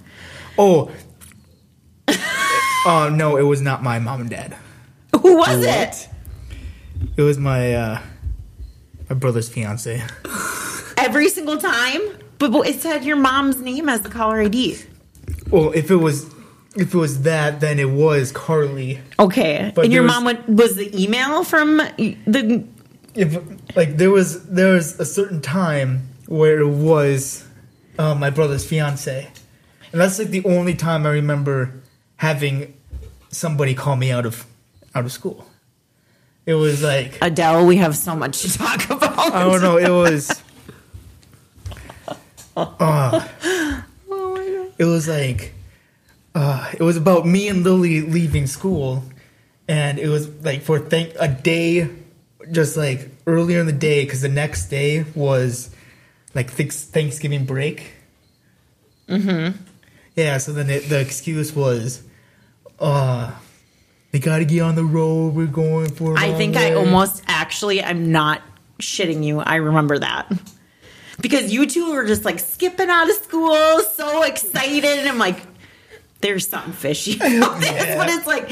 Oh. Oh no, it was not my mom and dad.
Who was it?
It was my uh, my brother's fiance.
every single time. But, but it said your mom's name as the caller ID.
Well, if it was if it was that, then it was Carly.
Okay,
But
and your
there
mom would, was the email from the.
If like there was there was a certain time where it was uh, my brother's fiance, and that's like the only time I remember having somebody call me out of out of school. It was like
Adele, we have so much to talk about.
I don't know. Oh, It was.
Oh,
Uh, It was like, uh, it was about me and Lily leaving school, and it was like for thank a day, just like earlier in the day, because the next day was like thanks Thanksgiving break. Mm-hmm.
Mm-hmm.
Yeah. So then it, the excuse was, uh, they gotta get on the road. We're going for. I
I think I almost actually, I'm not shitting you. I remember that. Because you two were just like skipping out of school, so excited. And I'm like, there's something fishy about this. But it's like,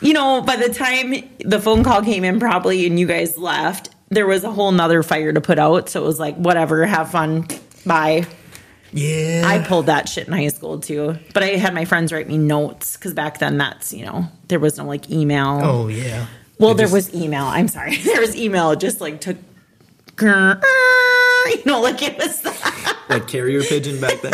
you know, by the time the phone call came in, probably, and you guys left, there was a whole nother fire to put out. So it was like, whatever, have fun. Bye.
Yeah.
I pulled that shit in high school too. But I had my friends write me notes because back then that's, you know, there was no like email.
Oh yeah.
Well,
It
there
just-
was email. I'm sorry. There was email. It just like took, you know, like it was.
Like carrier pigeon back then.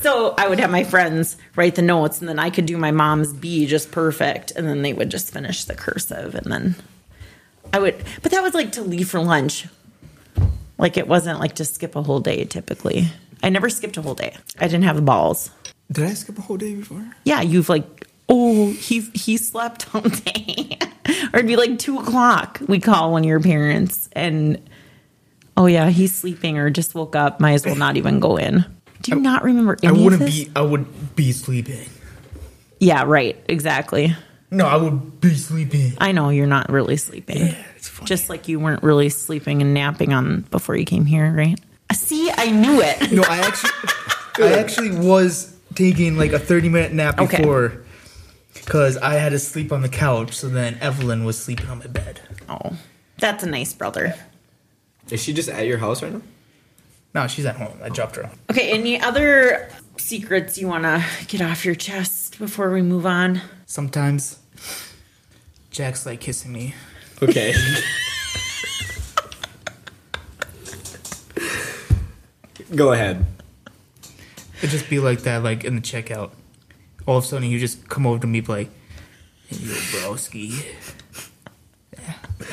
So I would have my friends write the notes and then I could do my mom's B just perfect. And then they would just finish the cursive. And then I would, but that was like to leave for lunch. Like it wasn't like to skip a whole day typically. I never skipped a whole day. I didn't have the balls.
Did I skip a whole day before?
yeah, you've like, oh, he he slept all day, or it'd be like two o'clock. We call one of your parents, and oh yeah, he's sleeping or just woke up. Might as well not even go in. Do you not remember?
I
Any
wouldn't
of this?
be. I would be sleeping.
Yeah, right. Exactly.
No, I would be sleeping.
I know you're not really sleeping.
it's funny.
Just like you weren't really sleeping and napping on before you came here, right? See, I knew it.
No, I actually, I actually was taking like a thirty-minute nap
Okay.
before, because I had to sleep on the couch. So then Evelyn was sleeping on my bed.
Oh, that's a nice brother.
Is she just at your house right now?
No, she's at home. I dropped her. off.
Okay, any other secrets you want to get off your chest before we move on?
Sometimes, Jack's like kissing me.
Okay. Go ahead.
It'd just be like that, like in the checkout. All of a sudden, you just come over to me, be like, "Hey, yo, broski."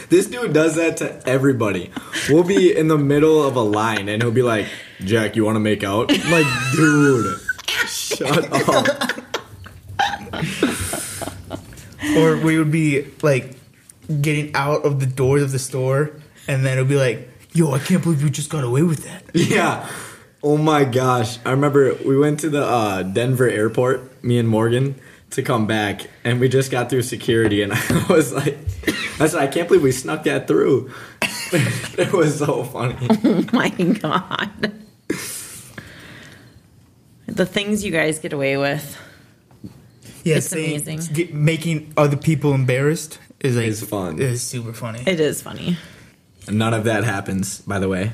This dude does that to everybody. We'll be in the middle of a line and he'll be like, Jack, you want to make out? I'm like, dude, shut up.
or we would be like getting out of the doors of the store, and then it would be like, "Yo, I can't believe you just got away with that."
Yeah. Oh my gosh. I remember we went to the uh, Denver airport, me and Morgan, to come back, and we just got through security, and I was like, I said, I can't believe we snuck that through. it was so funny.
my god. The things you guys get away with.
Yeah,
It's
saying-
amazing.
get- making other people embarrassed is like
Is fun.
Is super funny.
It is funny.
None of that happens, by the way.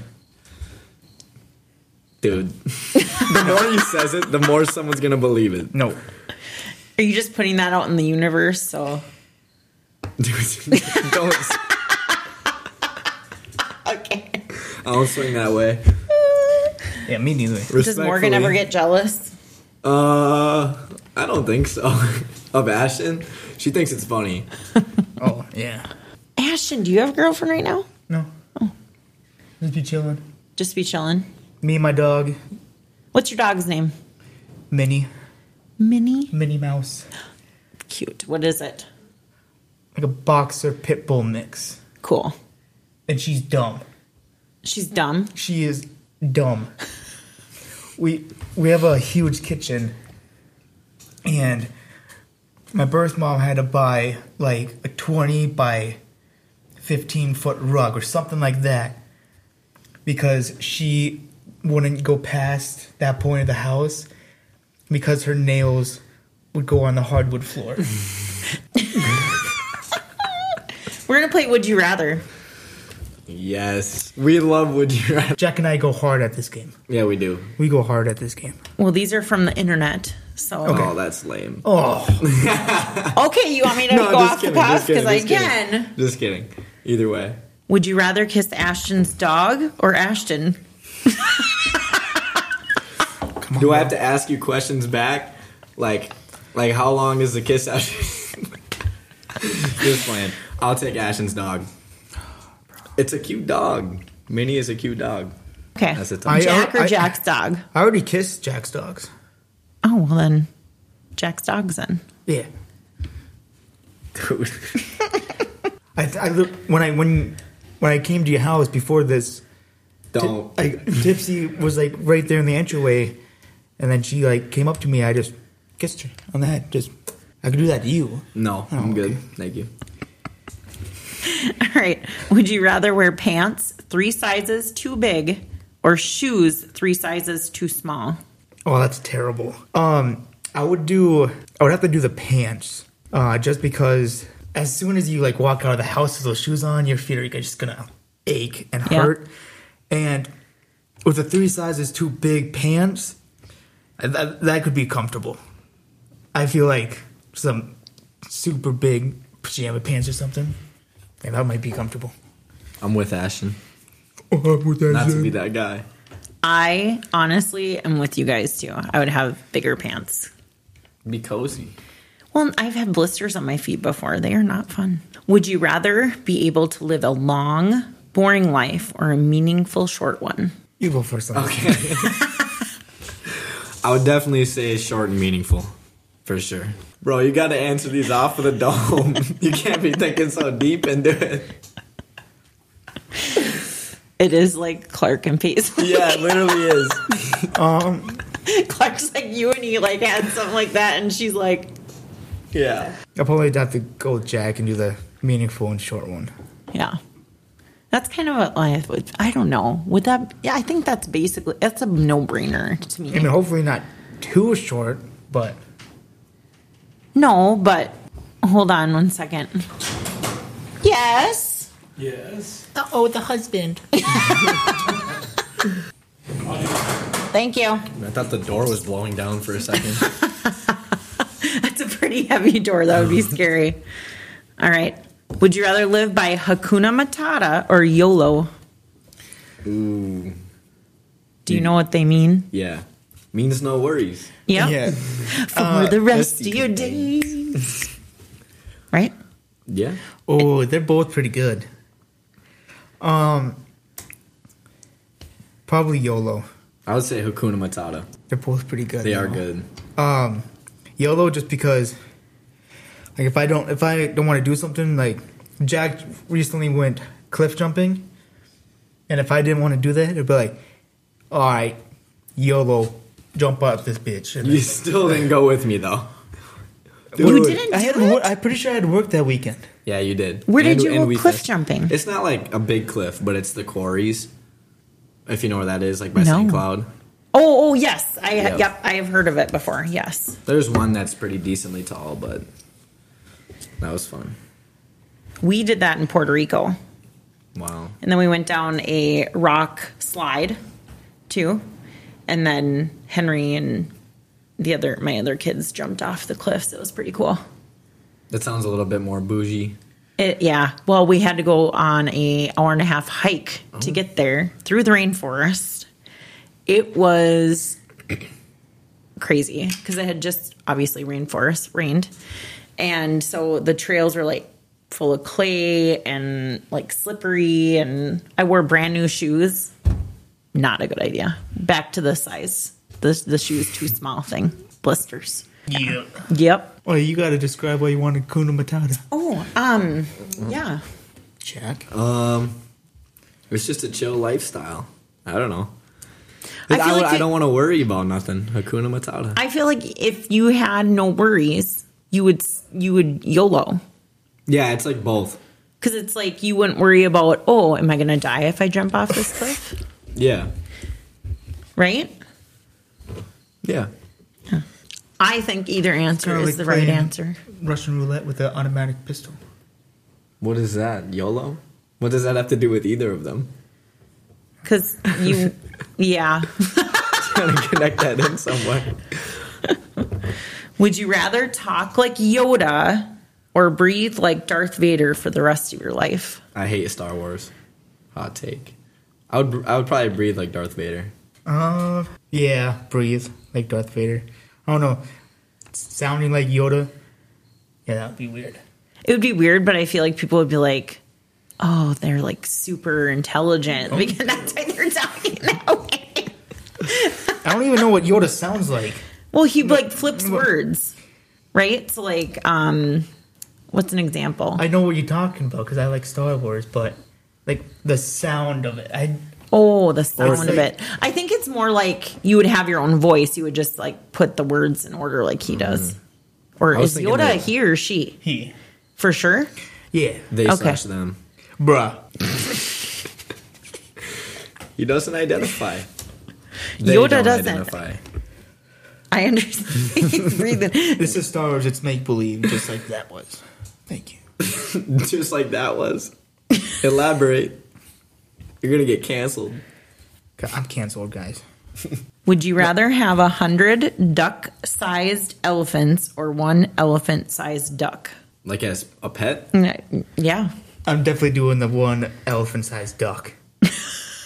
Dude. the more he says it, the more someone's gonna believe it.
no,
Are you just putting that out in the universe? So
Dude, don't
Okay.
I don't swing that way.
yeah, me neither.
Does Morgan ever
Respectfully.
get jealous?
Uh I don't think so. of Ashton. She thinks it's funny.
Oh yeah,
Ashton, do you have a girlfriend right now?
no, just be chilling.
Just be chilling.
Me and my dog,
What's your dog's name?
Minnie,
Minnie.
Minnie Mouse,
Cute. What is it?
like a boxer pit bull mix,
Cool.
and she's dumb.
She's dumb.
She is dumb. We we have a huge kitchen, and my birth mom had to buy like a twenty by fifteen foot rug or something like that, because she wouldn't go past that point of the house because her nails would go on the hardwood floor.
We're gonna play Would You Rather.
Yes, we love Would You Rather.
Jack and I go hard at this game.
Yeah, we do.
We go hard at this game.
Well, these are from the internet. So okay,
Oh, that's lame.
Oh,
you want me to go off the cuff? Because I can.
Just kidding. Either way.
Would you rather kiss Ashton's dog or Ashton?
Do I have to ask you questions back? Like, like how long is the kiss Ashton? Just playing. I'll take Ashton's dog. It's a cute dog. Minnie is a cute dog.
Okay.
That's a
I-
tongue.
Jack or
I-
Jack's dog?
I already kissed Jack's dogs.
Oh well, then Jack's dog's in.
Yeah.
Dude.
I, I look when I when when I came to your house before this.
Don't.
I, Tipsy was like right there in the entryway, and then she like came up to me. I just kissed her on the head. Just I could do that to you.
No,
Oh,
I'm good.
okay.
Thank you.
All right. Would you rather wear pants three sizes too big or shoes three sizes too small?
Oh, that's terrible. Um, I would do. I would have to do the pants, uh, just because as soon as you like walk out of the house with those shoes on, your feet are just gonna ache and
Yeah.
hurt. And with the three sizes too big pants, that that could be comfortable. I feel like some super big pajama pants or something, and that might be comfortable.
I'm with Ashton.
Oh, I'm with that
Not to
shit.
be that guy.
I honestly am with you guys too. I would have bigger pants.
Be cozy.
Well, I've had blisters on my feet before. They are not fun. Would you rather be able to live a long, boring life or a meaningful, short one?
you go first. Lance.
Okay. I would definitely say it's short and meaningful, for sure. Bro, you got to answer these off of the dome. you can't be thinking so deep into it.
It is like Clark and Paisley.
Yeah, it literally is.
Um,
Clark's like you and he like had something like that, and she's like,
Yeah.
I'll probably have to go with Jack and do the meaningful and short one.
yeah. That's kind of what I would. I don't know. Would that? Yeah, I think that's basically that's a no brainer to
I
me.
mean, hopefully not too short, but
No, but hold on one second. Yes.
Yes.
Uh oh, the husband. Thank you.
I thought the door was blowing down for a second.
That's a pretty heavy door. That would be scary. All right. Would you rather live by Hakuna Matata or YOLO?
Ooh.
Do you know what they mean?
Yeah. Means no worries.
Yeah. For the rest of
that's
your days. right?
Yeah.
Oh, they're both pretty good. Um, probably YOLO.
I would say Hakuna Matata.
They're both pretty good.
They are
though.
good.
Um, YOLO just because, like, if I don't if I don't want to do something, like Jack recently went cliff jumping, and if I didn't want to do that, it'd be like, all right, YOLO, jump up this bitch. And
You still didn't go with me, though.
You didn't
I
do
had
it?
wor- I'm pretty sure I had work that weekend.
Yeah, you did.
Where did
And-
you
and
go
we
cliff
fished.
jumping?
It's not like a big cliff, but it's the quarries. If you know where that is, like by
No.
St. Cloud.
Oh, oh yes. I
Yeah.
yep, I have heard of it before. Yes.
There's one that's pretty decently tall, but that was fun.
We did that in Puerto Rico.
Wow.
And then we went down a rock slide too. And then Henry and the other my other kids jumped off the cliffs. It was pretty cool.
That sounds a little bit more bougie.
It, yeah. Well, we had to go on a hour and a half hike to get there through the rainforest. It was crazy because it had just obviously rainforest rained, and so the trails were like full of clay and like slippery. And I wore brand new shoes. Not a good idea. Back to the size. The the shoes too small thing. Blisters.
Yeah.
Yep.
Well, you got to describe why you wanted Kuna Matata.
Oh, um, yeah.
Jack.
Um, it's just a chill lifestyle. I don't know.
I
I,
feel
would-
like
I
it-
don't want to worry about nothing. Hakuna Matata.
I feel like if you had no worries, you would you would YOLO
yeah, it's like both.
because it's like you wouldn't worry about oh, am I gonna die if I jump off this cliff,
Yeah.
right?
Yeah.
I think either answer
Kinda
is
like
the right
playing
answer.
Russian roulette with an automatic pistol.
What is that? YOLO? What does that have to do with either of them?
Because you, yeah.
Trying to connect that in some way.
Would you rather talk like Yoda or breathe like Darth Vader for the rest of your life?
I hate Star Wars. Hot take. I would I would probably breathe like Darth Vader.
Uh, yeah, breathe like Darth Vader. I don't know, sounding like Yoda. Yeah, that'd be weird.
It would be weird, but I feel like people would be like, "Oh, they're like super
Oh.
intelligent because that's why they're talking that way."
I don't even know what Yoda sounds like.
Well, he like flips words, right? So like, um, what's an example?
I know what you're talking about because I like Star Wars, but like the sound of it, I
Oh, the sound of
like-
it. I think it's more like you would have your own voice. You would just like put the words in order like he does. Or
I was
is
thinking
Yoda
that-
he or she?
he,
For sure.
yeah,
They
Okay.
slash them.
bruh.
He doesn't identify.
Yoda doesn't.
identify.
I understand. He's breathing.
This is Star Wars. It's make believe, just like that was. Thank you.
Just like that was. Elaborate. You're gonna get canceled.
God, I'm canceled, guys.
Would you rather have a hundred duck sized elephants or one elephant sized duck?
Like as a pet?
Mm, Yeah.
I'm definitely doing the one elephant-sized duck.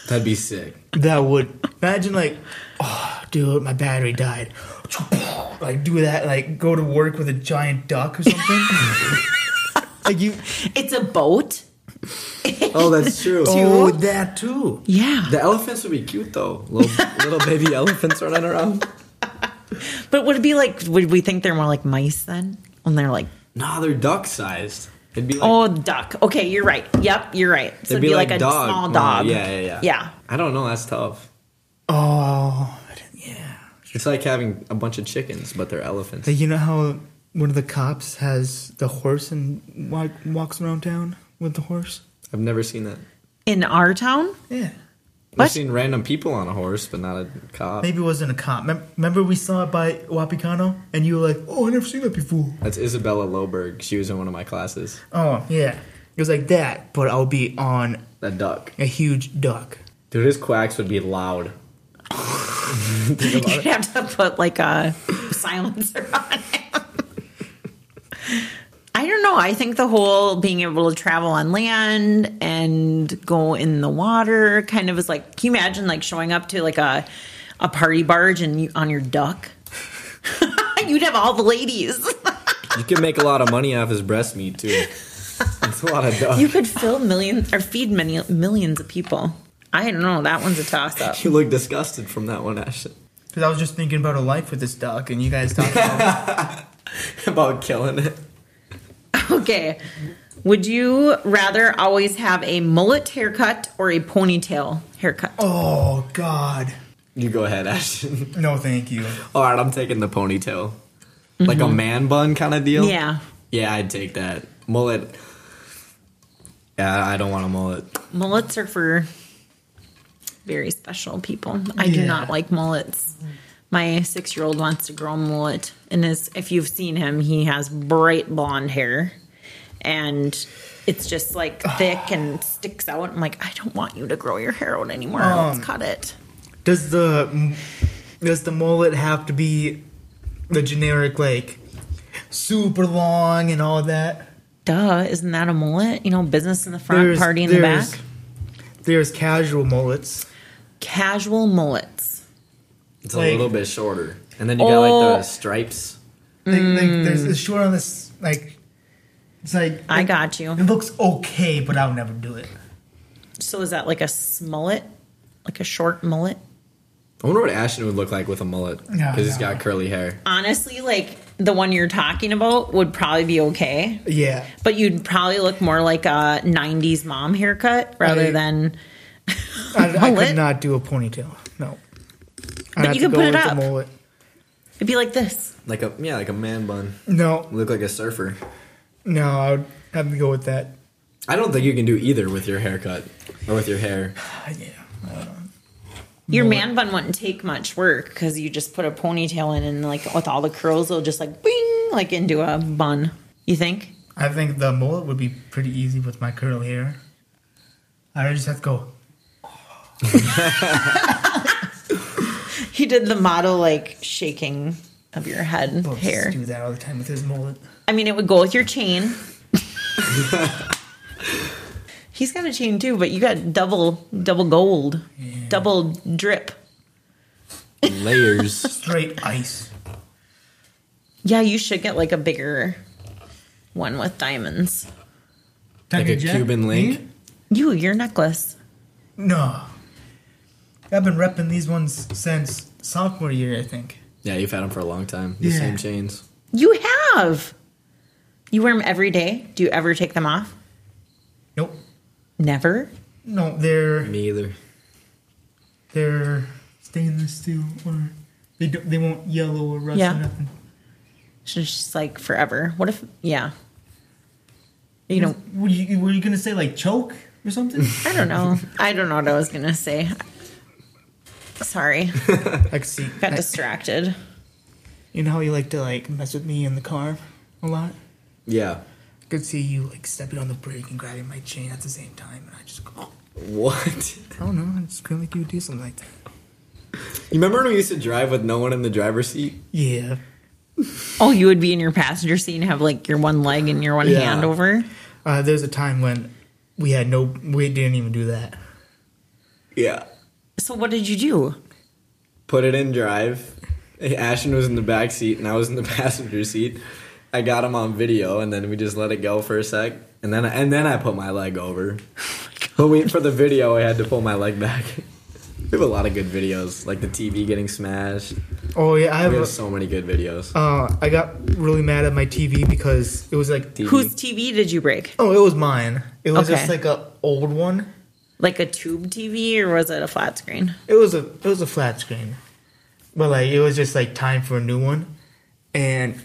That'd be sick.
That would imagine like, oh, dude, my battery died. Like do that, like go to work with a giant duck or something. like you,
It's a boat.
Oh, that's true.
oh, that too.
Yeah.
The elephants would be cute though. Little, little baby elephants running around.
But would it be like would we think they're more like mice then? When they're like
Nah, they're duck sized. It'd be like
Oh, duck. Okay, you're right. Yep, you're right. So
it'd be, like, dog.
small
Oh,
dog.
yeah, yeah, yeah.
Yeah.
I don't know. That's tough.
Oh, I didn't- yeah.
It's like having a bunch of chickens, but they're elephants.
Like you know how one of the cops has the horse and wa- walks around town with the horse.
I've never seen that.
In our town?
Yeah.
What?
I've seen random people on a horse, but not a cop.
Maybe it wasn't a cop. Mem- Remember we saw it by Wapikano, and you were like, "Oh, I never seen that before."
That's Isabella Loberg. She was in one of my classes.
Oh, yeah. It was like that, but I'll be on
A duck.
a huge duck.
Dude, his quacks would be loud. Think about
You'd
it.
have to put like a silencer on it. I don't know. I think the whole being able to travel on land and go in the water kind of is like, can you imagine like showing up to like a, a party barge and you, on your duck? You'd have all the ladies.
You can make a lot of money off his breast meat too. It's a lot of duck.
You could fill millions or feed many millions of people. I don't know. That one's a toss up.
You look disgusted from that one, Ashton.
Because I was just thinking about a life with this duck, and you guys talked about
About killing it.
Okay. Would you rather always have a mullet haircut or a ponytail haircut?
Oh, God.
You go ahead, Ashton.
No, thank you.
All right, I'm taking the ponytail. Like
Mm-hmm.
a man bun kind of deal?
Yeah.
Yeah, I'd take that. Mullet. Yeah, I don't want a mullet.
Mullets are for very special people. I do
Yeah.
not like mullets. My six year old wants to grow a mullet. And is, if you've seen him, he has bright blonde hair. And it's just like thick and sticks out. I'm like, I don't want you to grow your hair out anymore.
Um,
Let's cut it.
Does the does the mullet have to be the generic, like, super long and all that?
Duh, isn't that a mullet? You know, business in the front, party in the back.
there's- There's casual mullets.
casual mullets.
It's
Like-
a little bit shorter. And then you got like
Oh.
the stripes.
Like, like, there's a short on this, like, it's like,
Mm. I got you.
it looks okay, but I'll never do it.
So is that like a smullet? Like a short mullet?
I wonder what Ashton would look like with a mullet. Because
Yeah,
he's
yeah.
got curly hair.
Honestly, like the one you're talking about would probably be okay,
Yeah.
but you'd probably look more like a 90s mom haircut rather
I-
than.
I, I
Mullet?
could not do a ponytail. No. I
But you can put it up.
mullet.
It'd be like this.
Like a yeah, like a man bun.
No,
Look like a surfer.
no, I would have to go with that.
I don't think you can do either with your haircut or with your hair.
Ah, Yeah.
Your man bun wouldn't take much work because you just put a ponytail in and like with all the curls, it'll just like bing, like into a bun. You think?
I think the mullet would be pretty easy with my curl hair. I just have to go.
He did the model like shaking of your head
"Well,
hair.
Do that all the time with his mullet.
I mean, it would go with your chain. He's got a chain too, but you got double double gold, double drip.
Layers.
Straight ice.
Yeah, you should get like a bigger one with diamonds.
like a
Tanya Jet,
Cuban link.
me?
You, your necklace.
No. I've been repping these ones since sophomore year, I think.
Yeah, you've had them for a long time. The
Yeah.
same chains.
You have. You wear them every day. Do you ever take them off?
Nope.
Never.
No, they're
Me either.
they're stainless steel, or they don't, they won't yellow or rust
Yeah.
or nothing.
So it's just like forever. What if? Yeah. You know,
Were you were you gonna say like choke or something?
I don't know. I don't know what I was gonna say. Sorry,
I can see.
got distracted.
You know how you like to like mess with me in the car a lot.
Yeah.
I could see you like stepping on the brake and grabbing my chain at the same time, and I just go. Oh.
What?
I don't know. I just feel like you would do something like that.
You remember when we used to drive with no one in the driver's seat?
Yeah.
Oh, you would be in your passenger seat and have like your one leg and your one
Yeah.
hand over.
Uh, there's a time when we had no. We didn't even do that.
Yeah.
So what did you do?
Put it in drive. Ashton was in the back seat and I was in the passenger seat. I got him on video and then we just let it go for a sec. And then and then I put my leg over. But we for the video I had to pull my leg back. We have a lot of good videos, like the TV getting smashed.
Oh yeah, I have.
We
a-
have so many good videos.
Uh, I got really mad at my TV because it was like.
TV.
Whose TV did you break?
Oh, it was mine. It was
Okay.
just like a old one.
Like a tube TV or was it a flat screen?
It was a it was a flat screen, but like it was just like time for a new one, and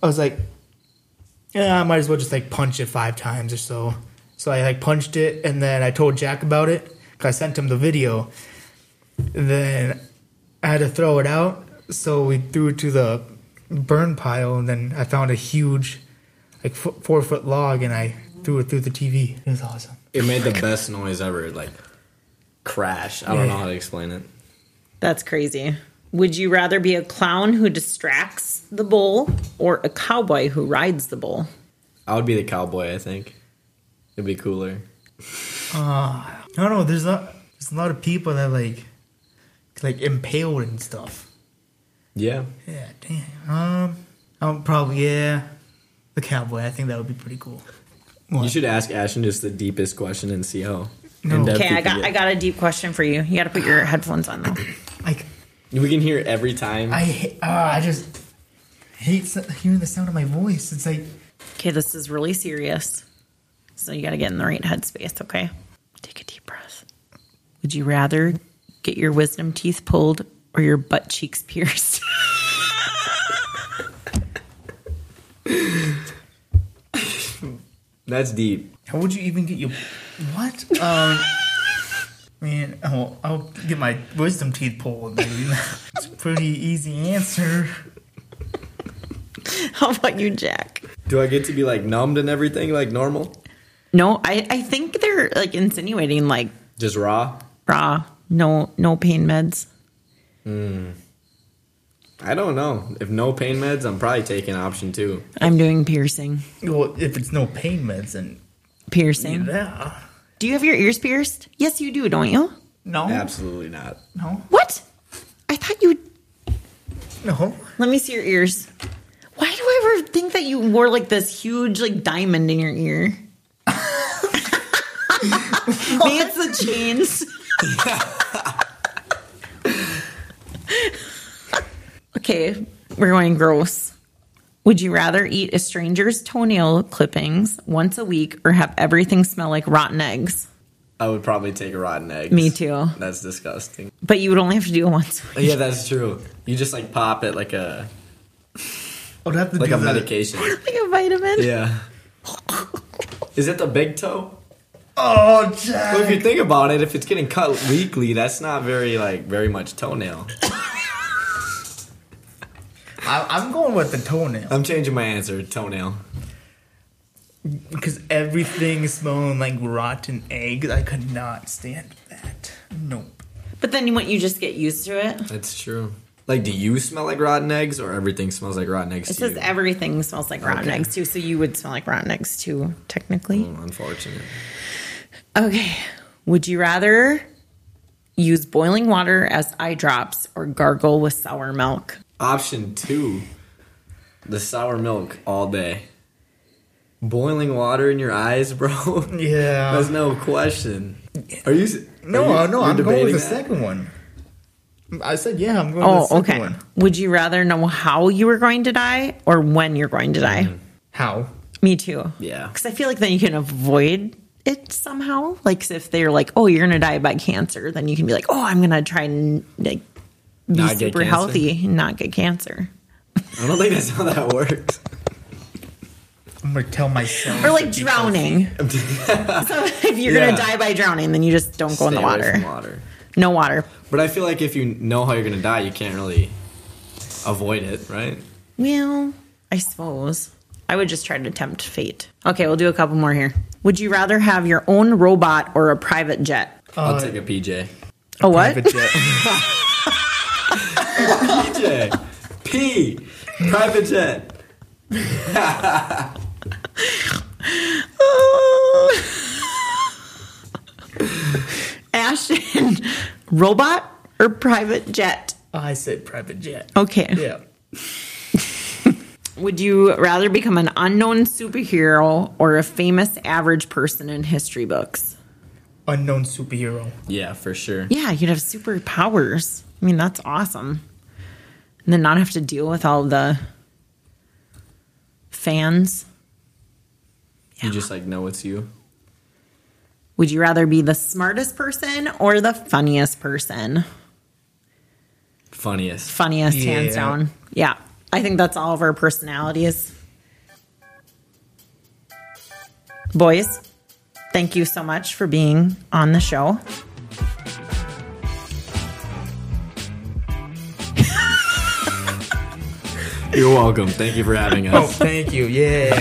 I was like, yeah, I might as well just like punch it five times or so. So I like punched it, and then I told Jack about it 'cause I sent him the video. Then I had to throw it out, so we threw it to the burn pile, and then I found a huge, like fo- four foot log, and I threw it through the TV. It was awesome.
It made the best noise ever, like crash. I don't know
Yeah.
how to explain it.
That's crazy. Would you rather be a clown who distracts the bull or a cowboy who rides the bull?
I would be the cowboy, I think. It'd be cooler.
I don't know. There's not. There's a lot of people that like, like impaled and stuff.
Yeah.
Yeah, damn. Um, I'm probably yeah, the cowboy. I think that would be pretty cool.
You should ask Ashton just the deepest question and see how.
No.
in-depth
Okay,
you
I
can
got
get.
I got a deep question for you. You got to put your headphones on though.
Like
We can hear every time.
I, ha- ah, I just hate so- hearing the sound of my voice. It's like
Okay, this is really serious. So you got to get in the right headspace, okay? Take a deep breath. Would you rather get your wisdom teeth pulled or your butt cheeks pierced?
That's deep.
how would you even get your what? Um, man, I'll, I'll get my wisdom teeth pulled. Baby. it's a pretty easy answer.
How about you, Jack?
Do I get to be like numbed and everything like normal?
No, I, I think they're like insinuating like
Just raw?
raw, no no pain meds.
I don't know. If no pain meds, I'm probably taking option two.
I'm doing piercing.
Well, if it's no pain meds, then
Piercing.
yeah.
Do you have your ears pierced? Yes, you do, don't you?
No,
Absolutely not.
no,
What? I thought you
no.
Let me see your ears. Why do I ever think that you wore like this huge like diamond in your ear? Maybe it's the chains. okay, we're going gross. Would you rather eat a stranger's toenail clippings once a week or have everything smell like rotten eggs?
I would probably take rotten eggs.
Me too.
That's disgusting.
But you would only have to do it once. a week.
Yeah, that's true. You just like pop it like a
I would have to
like
do
a
the-
medication.
Like a vitamin.
Yeah. Is it the big toe?
Oh,
Well, if
Jack.
you think about it, if it's getting cut weekly, that's not very like very much toenail.
I, I'm going with the toenail.
I'm changing my answer. Toenail.
because everything is smelling like rotten eggs. I could not stand that. Nope.
But then you won't you just get used to it?
That's true. Like, do you smell like rotten eggs, or everything smells like rotten eggs?
It
to
says
you?
everything smells like rotten
Okay.
eggs too, so you would smell like rotten eggs too, technically.
Mm, Unfortunate. Mm.
Okay. Would you rather use boiling water as eye drops or gargle with sour milk?
Option two, the sour milk all day. Boiling water in your eyes, bro.
Yeah.
There's no question. Are you? s-
No,
are you-
uh, no,
you're
I'm going with
debating
the
that?
second one. I said, yeah, I'm going
Oh,
with the second
okay.
one.
Would you rather know how you were going to die or when you're going to die?
How?
Me too.
Mm-hmm. Yeah.
Because I feel like then you can avoid it somehow. Like 'cause if they're like, oh, you're going to die by cancer, then you can be like, oh, I'm going to try and like be
Not get
super
cancer?
healthy and not get cancer.
I don't think that's how that works.
I'm going to tell myself.
Or
to
like
be
drowning. so if you're
Yeah.
going to die by drowning, then you just don't go in the
Stay away
water.
from water.
No water.
But I feel like if you know how you're gonna die, you can't really avoid it, right?
Well, I suppose. I would just try to tempt fate. Okay, we'll do a couple more here. Would you rather have your own robot or a private jet?
I'll take a PJ.
A what?
private jet.
PJ. P. Private jet.
Ashton, robot or private jet?
I said private jet.
Okay.
Yeah.
Would you rather become an unknown superhero or a famous average person in history books?
Unknown superhero.
Yeah, for sure.
Yeah, you'd have superpowers. I mean, that's awesome. And then not have to deal with all the fans.
You just like know it's you.
Would you rather be the smartest person or the funniest person?
Funniest.
Funniest, hands
Yeah.
down. Yeah. I think that's all of our personalities. Boys, thank you so much for being on the show.
You're welcome. Thank you for having
Oh,
us.
thank you. Yeah.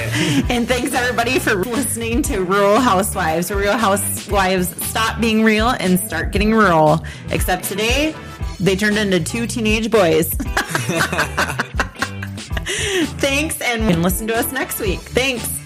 And thanks everybody for listening to Rural Housewives. Real Housewives stop being real and start getting rural. Except today, they turned into two teenage boys. thanks, and listen to us next week. Thanks.